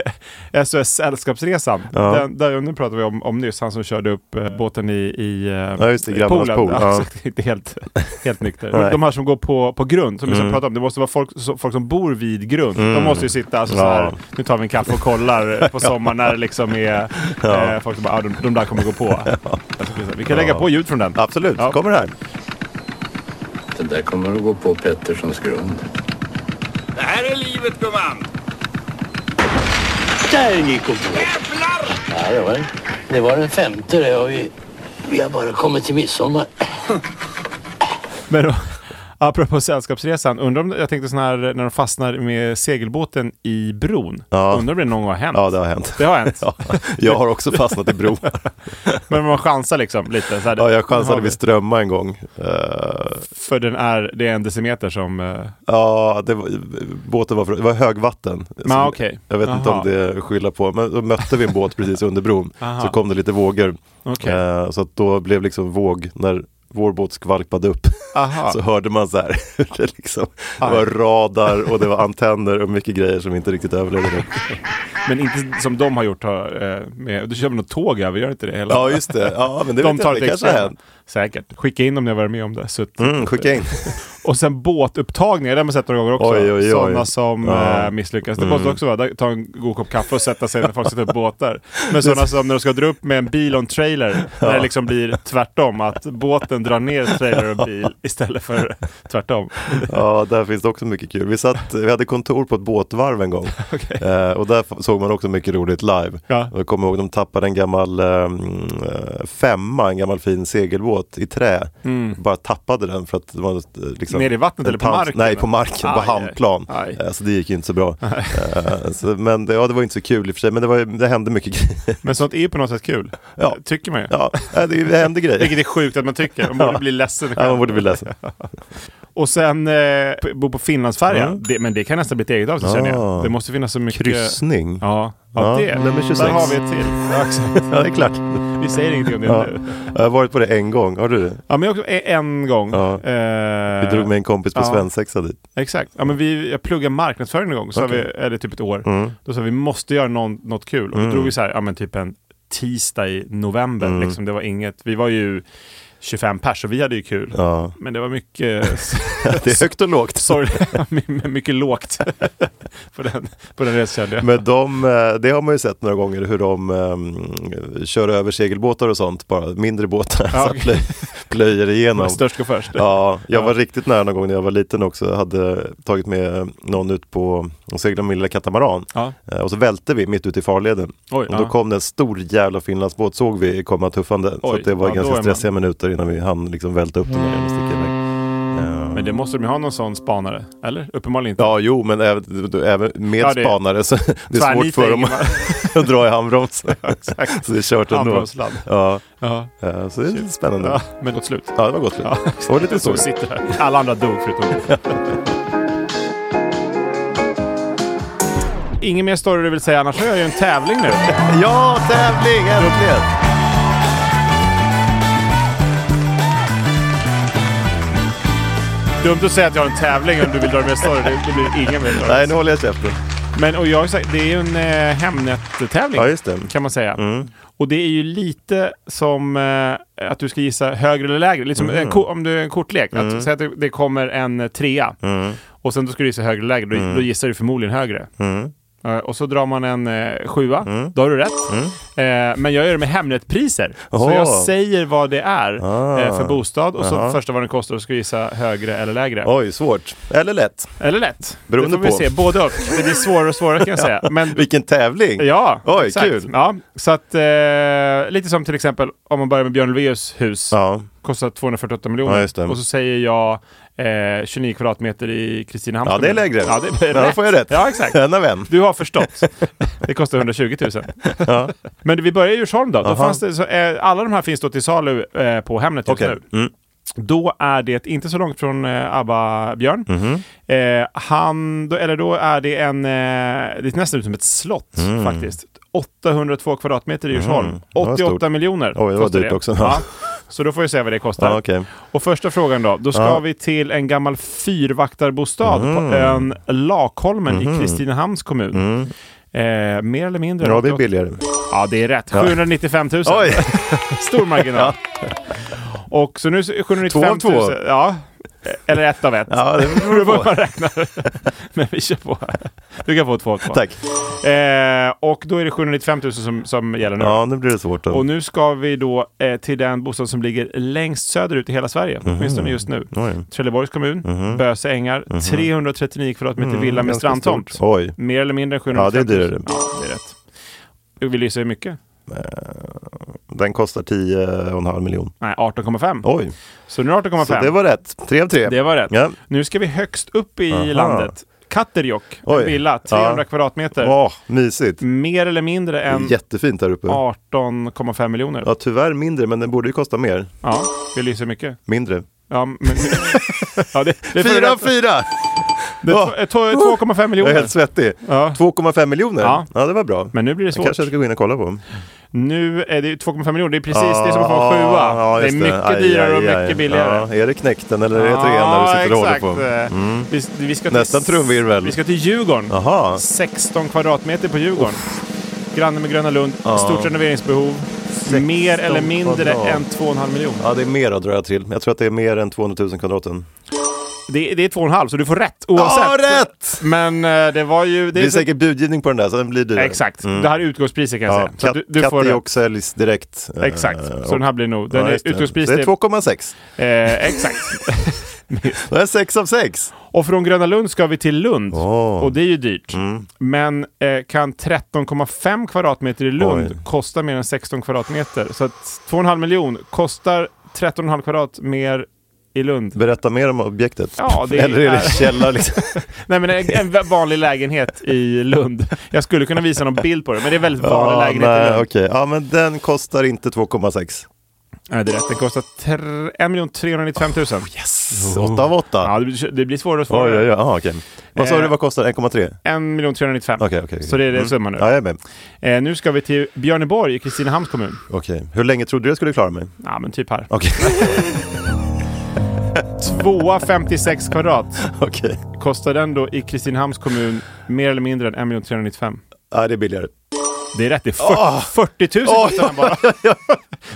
är SOS Sällskapsresan. Den, där, nu pratar vi om, om nyss, han som körde upp eh, båten i, i eh,
Ja, just det,
i
grabbarnas
poolen.
pool,
Ja,
ja.
exakt. Inte helt, helt nykter.
Nej.
De här som går på, på grund, som vi mm. pratade om. Det måste vara folk, så, folk som bor vid grund. De måste ju sitta alltså, så här,
Mm. Ja.
nu tar vi en kaffe och kollar på sommaren när det liksom är eh, folk som bara, ah, de, de där kommer gå på. Alltså, vi kan lägga på ljud från den.
Absolut,
Ja.
kommer det här.
Det där kommer att gå på Petterssons grund.
Det här är livet, gumman.
Där gick hon på! Jävlar! Ja, det var, det var den femte det och vi Vi har bara kommit till midsommar.
Men då, apropå Sällskapsresan, undrar om, jag tänkte sån här när de fastnar med segelbåten i bron. Undrar om det någon gång har hänt?
Ja, det har hänt.
Det har hänt.
jag har också fastnat i bron.
Men man chansar liksom lite. Så här,
Ja, jag chansade
har-
vid Strömma en gång. Eh,
För den är, det är en decimeter som... eh,
Ja, det var, båten var, från- det var högvatten.
Men,
Så
okej.
Jag vet inte
Aha.
om det är att skylla på, men då mötte vi en båt precis under bron.
Aha.
Så kom det lite vågor.
Okej.
Eh, så att då blev liksom våg, när vår båt skvalpade upp,
Aha.
så hörde man så här. hur det, liksom, det var
Aj.
radar och det var antenner och mycket grejer som inte riktigt överlevde. det.
Men inte som de har gjort. har, eh, Med, du kör väl något tåg över, gör inte det? Eller?
Ja, just det. Ja, men det vet jag inte. Det kanske har
extrema.
hänt.
Säkert. Skicka in om ni har varit med om det. Så,
Mm, skicka in.
Och sen båtupptagningar, det har man sett några gånger också.
Oj, oj, oj.
Sådana som
Ja.
eh, misslyckas. Det
Mm.
måste också vara, där- ta en god kopp kaffe och sätta sig när folk sätter upp båtar. Men sådana som när de ska dra upp med en bil och en trailer, när det liksom blir tvärtom. Att båten drar ner trailer och bil istället för tvärtom.
Ja, där finns det också mycket kul. Vi, satt, vi hade kontor på ett båtvarv en gång eh, och där f- såg man också mycket roligt live.
Ja.
Och jag kommer ihåg de tappade en gammal eh, mm, eh, femma, en gammal fin segelbåt i trä.
Mm.
Bara tappade den för att det var något, eh, liksom,
Ner i vattnet
en
eller på
pans-
marken?
Nej, på marken, på
Aj, aj.
handplan.
Aj.
Eh, så det gick ju inte så bra. Eh, så, men det, ja, det var ju inte så kul i och för sig, men det, var, ju- det hände mycket grejer.
Men sånt är ju på något sätt kul.
Ja.
Tycker man ju.
Ja, eh, det, det hände grejer.
Vilket är sjukt att man tycker. Man borde
Ja.
bli ledsen.
Ja, man borde bli ledsen.
Och sen eh, p- bo på Finlandsfärja.
Mm.
Det, men det kan nästan bli ett eget avsnitt känner
Ah.
jag. Det måste finnas så mycket...
Kryssning.
Ja, ja, det.
nummer 26.
Där har vi ett till. Ja, exakt.
Ja, det är klart.
Vi säger ingenting om Mm. det
Ja.
nu.
Jag har varit på det en gång, har du det?
Ja, men jag också, e- en gång.
Ja.
Eh,
Vi drog med en kompis på
ja.
svensexa dit.
Exakt. Ja, men vi, jag pluggade marknadsföring en gång, så
Okej.
vi, eller typ ett år.
Mm.
Då sa vi, vi måste göra någon, något kul. Och då
Mm.
drog vi så här, ja men typ en tisdag i november.
Mm.
Liksom, det var inget, vi var ju 25 pers och vi hade ju kul.
Ja.
Men det var mycket...
Det är högt och lågt.
Sorry, my- mycket lågt på den, på den resan kände jag.
Men de, eh, det har man ju sett några gånger hur de ehm, kör över segelbåtar och sånt, bara mindre båtar,
Ja,
så
okej.
plöj, plöjer igenom.
Störst går först.
Ja, jag var riktigt nära någon gång när jag var liten också, hade tagit med någon ut på, och seglade med lilla katamaran.
Ja.
Eh, Och så välte vi mitt ute i farleden.
Oj,
och då
ja.
kom det en stor jävla finlandsbåt, såg vi komma tuffande. så
Oj,
att det var
ja, då
ganska
är man-
stressiga minuter innan vi hann liksom välta upp den där och sticka iväg. Eh,
Men det måste de ju ha någon sån spanare, eller? Uppenbarligen inte.
Ja, jo, men även, även med
Ja, det-
spanare så det är
Tvärnit
svårt för dem
hänger
att dra i handbromsen.
exakt.
så det är kört ändå.
Handbromsladd.
Ja.
Ja.
Eh, Så det är lite spännande.
Ja, men gott slut.
Ja, det var gott slut.
Ja.
Det var lite
Så vi
sorgligt.
sitter här. Alla andra dog förutom Ingen mer story du vill säga, annars har jag ju en tävling nu.
Ja, tävling! Äntligen!
Dumt att säga att jag har en tävling om du vill dra mer story. Det, det blir ingen mer story.
Nej, nu håller jag käften.
Men och jag har sagt, det är ju en eh, Hemnet-tävling.
Ja, just det.
Kan man säga.
Mm.
Och det är ju lite som eh, att du ska gissa högre eller lägre. Liksom
Mm.
en ko- om du är en kortlek. Att, säg att det- det kommer en eh, trea.
Mm.
Och sen då ska du gissa högre eller lägre. Då, då gissar du förmodligen högre.
Mm.
Eh, och så drar man en eh, sjua. Då har du rätt. Eh, men jag gör det med Hemnet-priser. Så
Mm. Åh.
jag säger vad det är
Ah.
eh, för bostad. Och så
Jaha.
första vad den kostar och så ska du gissa högre eller lägre.
Oj, svårt. Eller lätt.
Eller lätt.
Beroende
det får
på.
vi se. Både och. Det blir svårare och svårare kan jag säga. Men
Vilken tävling!
Ja,
Oj,
exakt.
kul.
Ja, så att eh, lite som till exempel om man börjar med Björn Ulvaeus hus.
Ja.
Kostar 248 miljoner.
Ja, just det.
och så säger jag eh, 29 kvadratmeter i Kristinehamn.
Ja, det är lägre.
Ja, det är
Ja, då får jag rätt.
Ja, exakt.
En av en.
Du har förstått. Det kostar 120 000.
Ja.
Men vi börjar i Djursholm då. då
Aha.
fanns det, så, eh, alla de här finns då till salu eh, på Hemnet just
Okej. Mm.
nu. Då är det inte så långt från eh, ABBA-Björn.
Mhm.
Eh, han, då, eller då är det en, eh, det är nästan ut som ett slott faktiskt. 802 kvadratmeter i Djursholm.
Mm. Det var
88
stort.
miljoner.
Oj, det var
kostar
dyrt också.
Ja. Så då får vi se vad det kostar.
Ja, okej.
Och första frågan då. Då ska
Ja. Mm.
vi till en gammal fyrvaktarbostad på ön Lakholmen i Kristinehamns kommun. Eh, mer eller mindre.
Ja, det är billigare.
Ja, det är rätt.
Ja.
795 000.
Oj!
Stor marginal. Och så nu så- 795
Två
000.
av två.
Ja. Eller ett av ett.
Ja, det
beror på hur
på.
man räknar. Men vi kör på. Du kan få två av två.
Tack.
Eh, och då är det 795 000 som, som gäller nu.
Ja, nu blir det svårt. Då.
Och nu ska vi då eh, till den bostad som ligger längst söderut i hela Sverige, åtminstone just nu.
Mhm. Oj. Mhm.
Trelleborgs kommun, Böse ängar, 339 kvadratmeter villa med
Mm, ganska
strandtomt.
stort. Oj.
Mer eller mindre än 750 000.
Ja, det är dyrare.
Ja, det är rätt. Vill du gissa hur mycket?
Den kostar 10,5 miljon.
Nej, 18,5.
Oj.
Så nu är det 18,5.
Så det var rätt. 3 av 3.
Det var rätt.
Ja.
Nu ska vi högst upp i
Aha.
landet. Katterjokk, en
Oj.
villa, 300 kvadratmeter.
Åh, mysigt.
Mer eller mindre än
Jättefint där uppe.
18,5 miljoner.
Ja, tyvärr mindre, men den borde ju kosta mer.
Ja, det lyser mycket.
Mindre.
Ja, men, ja, det, det är
Fyra av
för-
fyra!
det är tw- tw- 2,5
Jag är
miljoner.
helt svettig. 2,5 miljoner?
Ja.
Ja. det var bra.
Men nu blir det
Jag
svårt.
kanske jag ska gå in och kolla på.
Nu är det ju 2,5 miljoner. Det är precis det som att få
Ah,
en sjua.
ja,
det är
just
mycket
Aj,
dyrare och
aj, aj.
mycket billigare.
Ja, är det knäkten eller är det
Ja,
trean när du sitter och håller
exakt.
på? Mm.
Vi, vi ska till,
Nästan trumvirvel.
Vi ska till Djurgården.
Jaha.
16 kvadratmeter på Djurgården. Granne med Gröna Lund.
Ja.
Stort renoveringsbehov. Mer eller mindre
kvadrat.
än 2,5 miljoner.
Ja, det är mer att dra till. Jag tror att det är mer än 200 000 kvadraten.
Det, det är 2,5 så du får rätt oavsett.
Ja, rätt!
Men eh, det var ju...
Det, är säkert budgivning på den där, så den blir dyrare.
Exakt. Det här är utgångspriset kan jag säga. Så
Kat,
att du, du
katt
får
är
rätt.
också säljs direkt. eh,
Exakt. Så
och-
den här blir nog... Den
Ja,
är
just det.
utgångspris
Så Det är
till-
2,6.
Eh, exakt.
Det är 6 av 6.
Och från Gröna Lund ska vi till Lund. Och det är ju dyrt.
Mm.
Men eh, kan 13,5 kvadratmeter i Lund
Oj.
kosta mer än 16 kvadratmeter? Så att 2,5 miljon kostar 13,5 kvadrat mer i Lund.
Berätta mer om objektet.
Ja, det
Eller är det
är-
källare liksom?
Nej men en, en vanlig lägenhet i Lund. Jag skulle kunna visa någon bild på det, men det är väldigt vanlig
Ja,
lägenhet i
nej,
Lund.
okej. Ja, men den kostar inte 2,6.
Nej, det är rätt. Den kostar tre- 1 395 000.
yes! 8 av 8.
Ja, det blir- det blir svårare och
Oj, oj, oj.
svårare.
Aha, okej. Vad sa
Eh,
du, vad kostar 1,3?
1 395
Okej, okej.
Så det är det
Mm.
summan nu.
Ja, jag är med.
Eh, nu ska vi till Björneborg i Kristinehamns kommun.
Okej. Hur länge trodde du jag skulle klara mig?
Ja, men typ här.
Okej.
Tvåa 56 kvadrat.
Okej.
Kostar den då i Kristinehamns kommun mer eller mindre än 1 395
Ja, det är billigare.
Det är rätt, det är 40, 40 000 kostar den bara. Ah!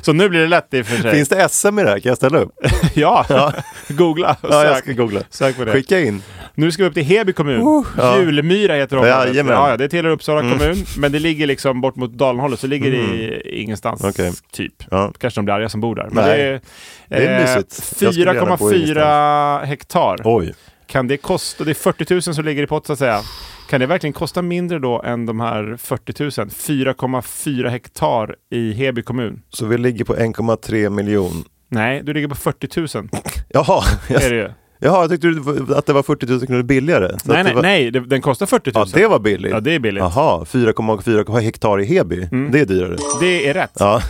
Så nu blir det lätt i och för sig.
Finns det SM i det här? Kan jag ställa upp?
Ja, googla. och
Ja, jag
sök.
ska googla.
Sök på det.
Skicka in.
Nu ska vi upp till Heby kommun.
ja.
Julmyra heter området.
Jajamän. Mm.
Ja, ja, det tillhör Uppsala kommun, men det ligger liksom bort mot Dalenhållet, så det ligger i ingenstans.
Okej.
Typ.
Ja.
Kanske de blir arga som bor där. Men
Nej.
det är, eh,
Det är mysigt. Jag skulle gärna bo i
4,4 hektar.
Oj.
Kan det kosta, det är 40 000 som ligger i pott så att säga. Kan det verkligen kosta mindre då än de här 40 000? 4,4 hektar i Heby kommun.
Så vi ligger på 1,3 miljon.
Nej, du ligger på 40 000.
Jaha, jag,
Är det ju.
jaha, jag tyckte du- att det var 40 000 kronor billigare. Så
Nej,
att det
nej,
var,
nej, det- den kostar 40 000.
Ja, det var billigt.
Ja, det är billigt. Mm.
Jaha, 4,4 hektar i Heby. Det är dyrare.
Det är rätt.
Ja,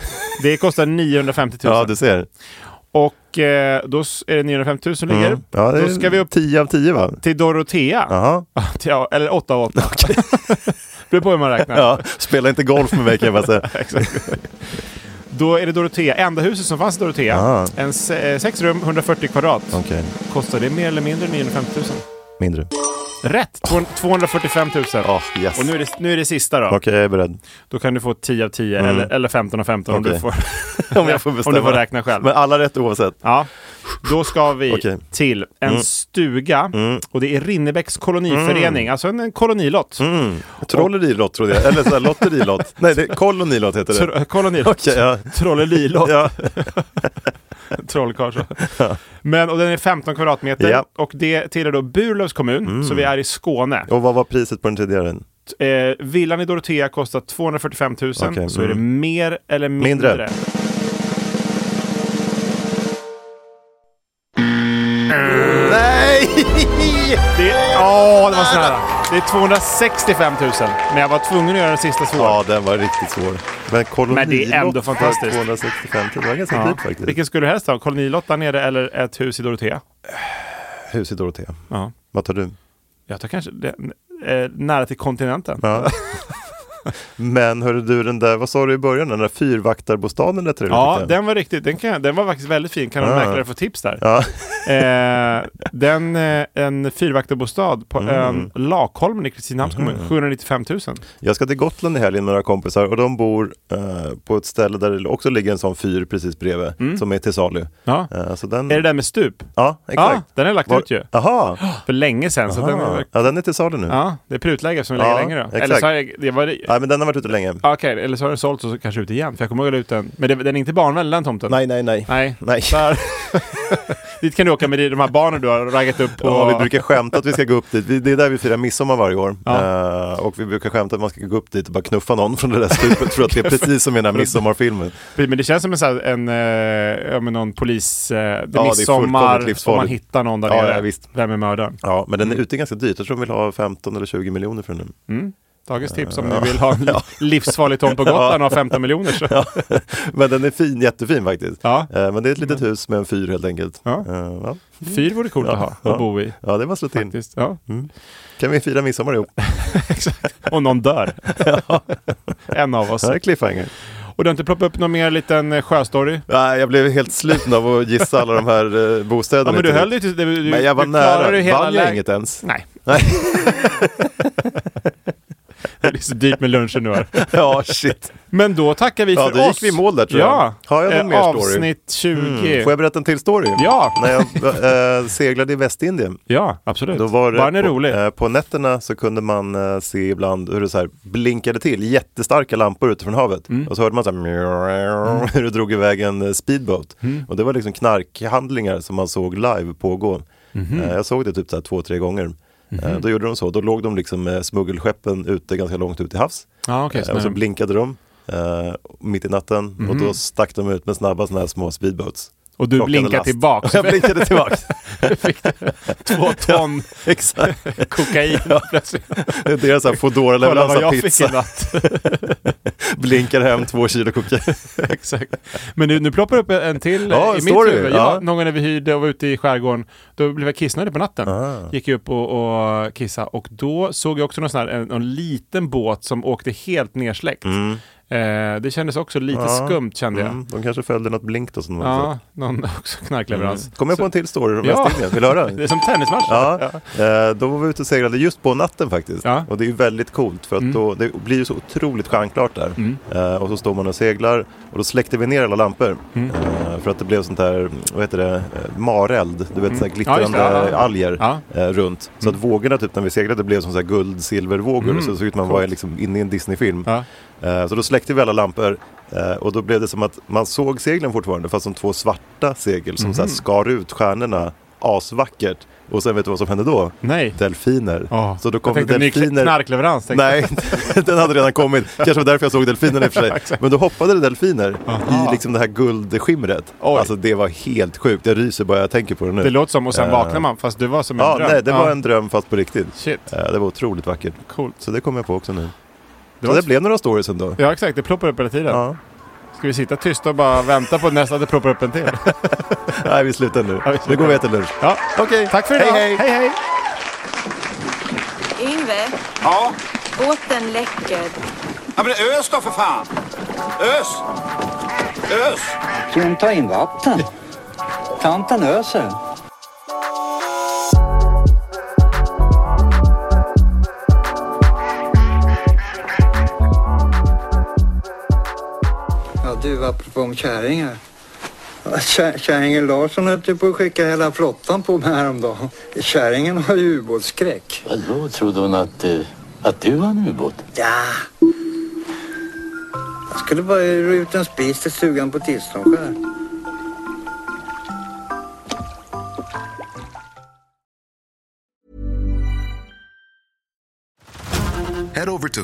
Det kostar 950 000.
ja du ser.
Och eh, då s- är det 950 000 som ligger.
Mm. Ja, det
Då ska vi upp
10 av 10 va?
till Dorotea.
Jaha.
Ja, eller 8 av 8. Beror på hur man räknar.
Ja, spela inte golf med mig kan jag bara säga.
Exakt. Då är det Dorotea, enda huset som fanns i Dorotea.
Ah.
En se, eh, sex rum, 140 kvadrat.
Okej,
Kostar det mer eller mindre än 950 000?
mindre.
Rätt! Två- 245 000.
Oh, yes.
Och nu är, det, nu är det sista då.
Okej, jag är beredd.
Då kan du få 10 av 10
Mm.
eller, eller 15 av 15 om, du
Okej.
får,
Om jag får bestämma.
om du får räkna själv.
Men alla rätt oavsett.
Ja, då ska vi
Okej.
till en
Mm.
stuga och det är Rinnebäcks koloniförening, alltså en, en kolonilott.
Mm. Trollerilott trodde jag, eller så här, lotterilott. Nej, det, kolonilott heter det.
Tro- eh, kolonilott.
Okej, ja.
Trollelilott.
Ja.
Trollkarl. så. Men, och den är 15 kvadratmeter
Ja. Mm.
och det tillhör då Burlövs kommun, så vi är i Skåne.
Och vad var priset på den tidigare?
Eh, villan i Dorotea kostar 245 000,
Okej,
så är det
mm.
mer eller mindre.
Mindre. Nej!
Det, åh, det var så nära. Det är 265 000, men jag var tvungen att göra den sista svåra.
Ja, den var riktigt svår. Men kolonilott
Men det är ändå
för
fantastiskt.
265 000, det var ganska
Ja.
dyrt faktiskt.
Vilken skulle du helst ha? Kolonilott där nere eller ett hus i Dorotea?
Hus i Dorotea.
Ja.
Vad tar du?
Jag tar kanske det, eh, nära till kontinenten.
Ja. Men hörru du, den där, vad sa du i början, den där fyrvaktarbostaden lät trevligt.
Ja,
tyckte jag.
den var riktigt, den, kan, den var faktiskt väldigt fin. Kan någon
Ah.
mäklare få tips där?
Ja.
Eh, den, eh, en fyrvaktarbostad på
Mm.
ön Lakholmen i
Mm-hmm.
Kristinehamns kommun, 795 000.
Jag ska till Gotland i helgen med några kompisar och de bor eh, på ett ställe där det också ligger en sån fyr precis bredvid som är till salu.
Mm. Ja.
Eh, så den...
Är det den med stup?
Ja, exakt.
Ja, den är lagt
Var-
ut ju.
Aha.
För länge sedan. Så den
Aha.
är,
Ja, den är till salu nu.
ja, det är prutläge som är lägger
Ja,
längre då.
exakt.
Eller så har jag, det var,
Nej, men den har varit ute länge.
ah, okej, eller så har den sålts och så kanske ut igen. För jag kommer ihåg att jag la ut den. Men det, den är inte barnvänlig den tomten.
Nej, nej, nej.
Nej.
Nej.
Där. dit kan du åka med de här barnen du har raggat upp på.
Ja, vi brukar skämta att vi ska gå upp dit. Vi- Det är där vi firar midsommar varje år. Eh, och vi brukar skämta att man ska gå upp dit och bara knuffa någon från det där stupet. för att det är precis som i den här midsommarfilmen.
Precis, Men det känns som en, så här, en eh, ja, men någon polis... Eh, det är
det är fullkomligt
midsommar om
livsfarligt.
man hittar någon där
Ja,
nere.
ja, visst.
Vem är mördaren?
Ja, men den är ute ganska dyrt. Jag tror de vill ha 15 eller 20 miljoner för den.
Mm. Dagens tips om
Ja.
ni vill ha en
Ja.
livsfarlig tom på Gotland och ha 15 miljoner. Så.
Ja. Men den är fin, jättefin faktiskt.
Ja.
Eh, Men det är ett litet hus med en fyr helt enkelt. Ja. Ja.
Fyr vore coolt att ha och
Ja.
bo i.
Ja, det var slått in.
Faktiskt, ja.
Mm. Kan vi fira midsommar ihop?
Och någon dör. en av oss.
Ja, cliffhanger.
Och du har inte ploppat upp någon mer liten eh, sjöstory?
Nej, jag blev helt sluten av att gissa alla de här eh, bostäderna.
Ja, men du
hit och
höll
dit.
dig till... Du, du,
Men jag var
du klarade
nära.
ju hela
Vann jag
läge-
inget ens?
Nej.
Nej.
Det är så dyrt med lunchen nu här.
ja, shit.
Men då tackar vi
Ja,
för
då
oss.
gick vi i mål där tror
ja.
jag. Har jag någon
Eh,
mer story?
Avsnitt 20.
Mm. Får jag berätta en till story?
Ja.
När jag eh, seglade i Västindien.
Ja, absolut.
Då var det
Barn är
på,
rolig.
eh, på nätterna så kunde man eh, se ibland hur det så här blinkade till jättestarka lampor utifrån havet.
Mm.
Och så hörde man så här, hur det drog iväg en eh, speedboat.
Mm.
Och det var liksom knarkhandlingar som man såg live pågå.
Mhm.
Eh, Jag såg det typ så här två, tre gånger. Eh, Då gjorde de så, då låg de liksom eh, smuggelskeppen ute ganska långt ut i havs.
Ja, okej,
Eh,
så
och så
när-
blinkade de eh, mitt i natten och
Mhm.
då stack de ut med snabba sådana här små speedboats.
Och du
Plockade
blinkade
last.
tillbaks.
Jag blinkade tillbaks.
Du fick två ton
Exakt.
kokain plötsligt.
Det är deras så här
Kolla
Foodora-leverans
vad
av
jag fick i
pizza.
natt.
Blinkar hem två kilo kokain.
Exakt. Men nu, nu ploppar det upp en till eh,
Ja,
i
en
mitt
story,
huvud. Ja,
ja.
någon gång när vi hyrde och var ute i skärgården, då blev jag kissnödig på natten.
Ah.
Gick jag upp och, och kissade och då såg jag också någon, sån här, en, någon liten båt som åkte helt nersläckt. Eh, det kändes också lite
Mm. Ja.
skumt kände jag.
Mm, de kanske följde något blink då som de hade
Ja,
sett.
någon också knarkleverans.
Mm. Kom jag på en till story från
Ja.
Västindien? Vill du höra?
Det är som tennismatch.
Ja, eh, då var vi ute och seglade just på natten faktiskt. Och det är ju väldigt coolt för att
Mm.
då, det blir ju så otroligt stjärnklart där. Eh, och så står man och seglar och då släckte vi ner alla lampor.
Mm.
Eh, för att det blev sånt där, vad heter det, eh, mareld, du vet
Mm.
så här glittrande
Ja, just det, ja.
alger
Ja.
eh, runt. Så att vågorna typ när vi seglade blev som så här guld-silvervågor.
Mm.
Så det såg ut som man var liksom inne i en Disney-film.
Ja.
Eh, Så då släckte vi alla lampor eh, och då blev det som att man såg seglen fortfarande fast som två svarta segel som så här
Mhm.
skar ut stjärnorna asvackert. Och sen vet du vad som hände då?
Nej.
Delfiner. Så då kom
jag tänkte
det
en ny
delfiner.
knarkleverans. tänkte jag.
Nej, den hade redan kommit. Kanske var därför jag såg delfinerna i och för sig. Men då hoppade det delfiner i liksom det här guldskimret. Alltså det var helt sjukt. Jag ryser bara jag tänker på det nu.
Det låter som, och sen
Eh,
vaknar man, fast det var som en
ja,
dröm.
Nej, det
Ja.
var en dröm fast på riktigt.
Shit.
Eh, Det var otroligt vackert.
Coolt.
Så det kom jag på också nu.
Det
Det
var
så det
så-
blev några stories ändå.
Ja, exakt. Det ploppar upp hela tiden.
Ja.
Ska vi sitta tysta och bara vänta på nästa att det ploppar upp en till?
Nej, vi slutar nu. Nu går vi och äter lunch.
Ja.
Okej,
Tack för idag.
Hej, hej.
hej.
Yngve,
Ja?
båten läcker.
Ja men ös då för fan! Ös! Ös!
Ska du ta in vatten? Tanten öser.
Ja, du, apropå om kärringar. Ja, Kär, kärringen Larsson höll ju på att skicka hela flottan på mig häromdagen. Kärringen har ju ubåtsskräck.
Vadå, trodde hon att, eh, att du var en ubåt?
Ja. Jag skulle bara ur ut en spis till stugan på Tisdagsskär.
Head over to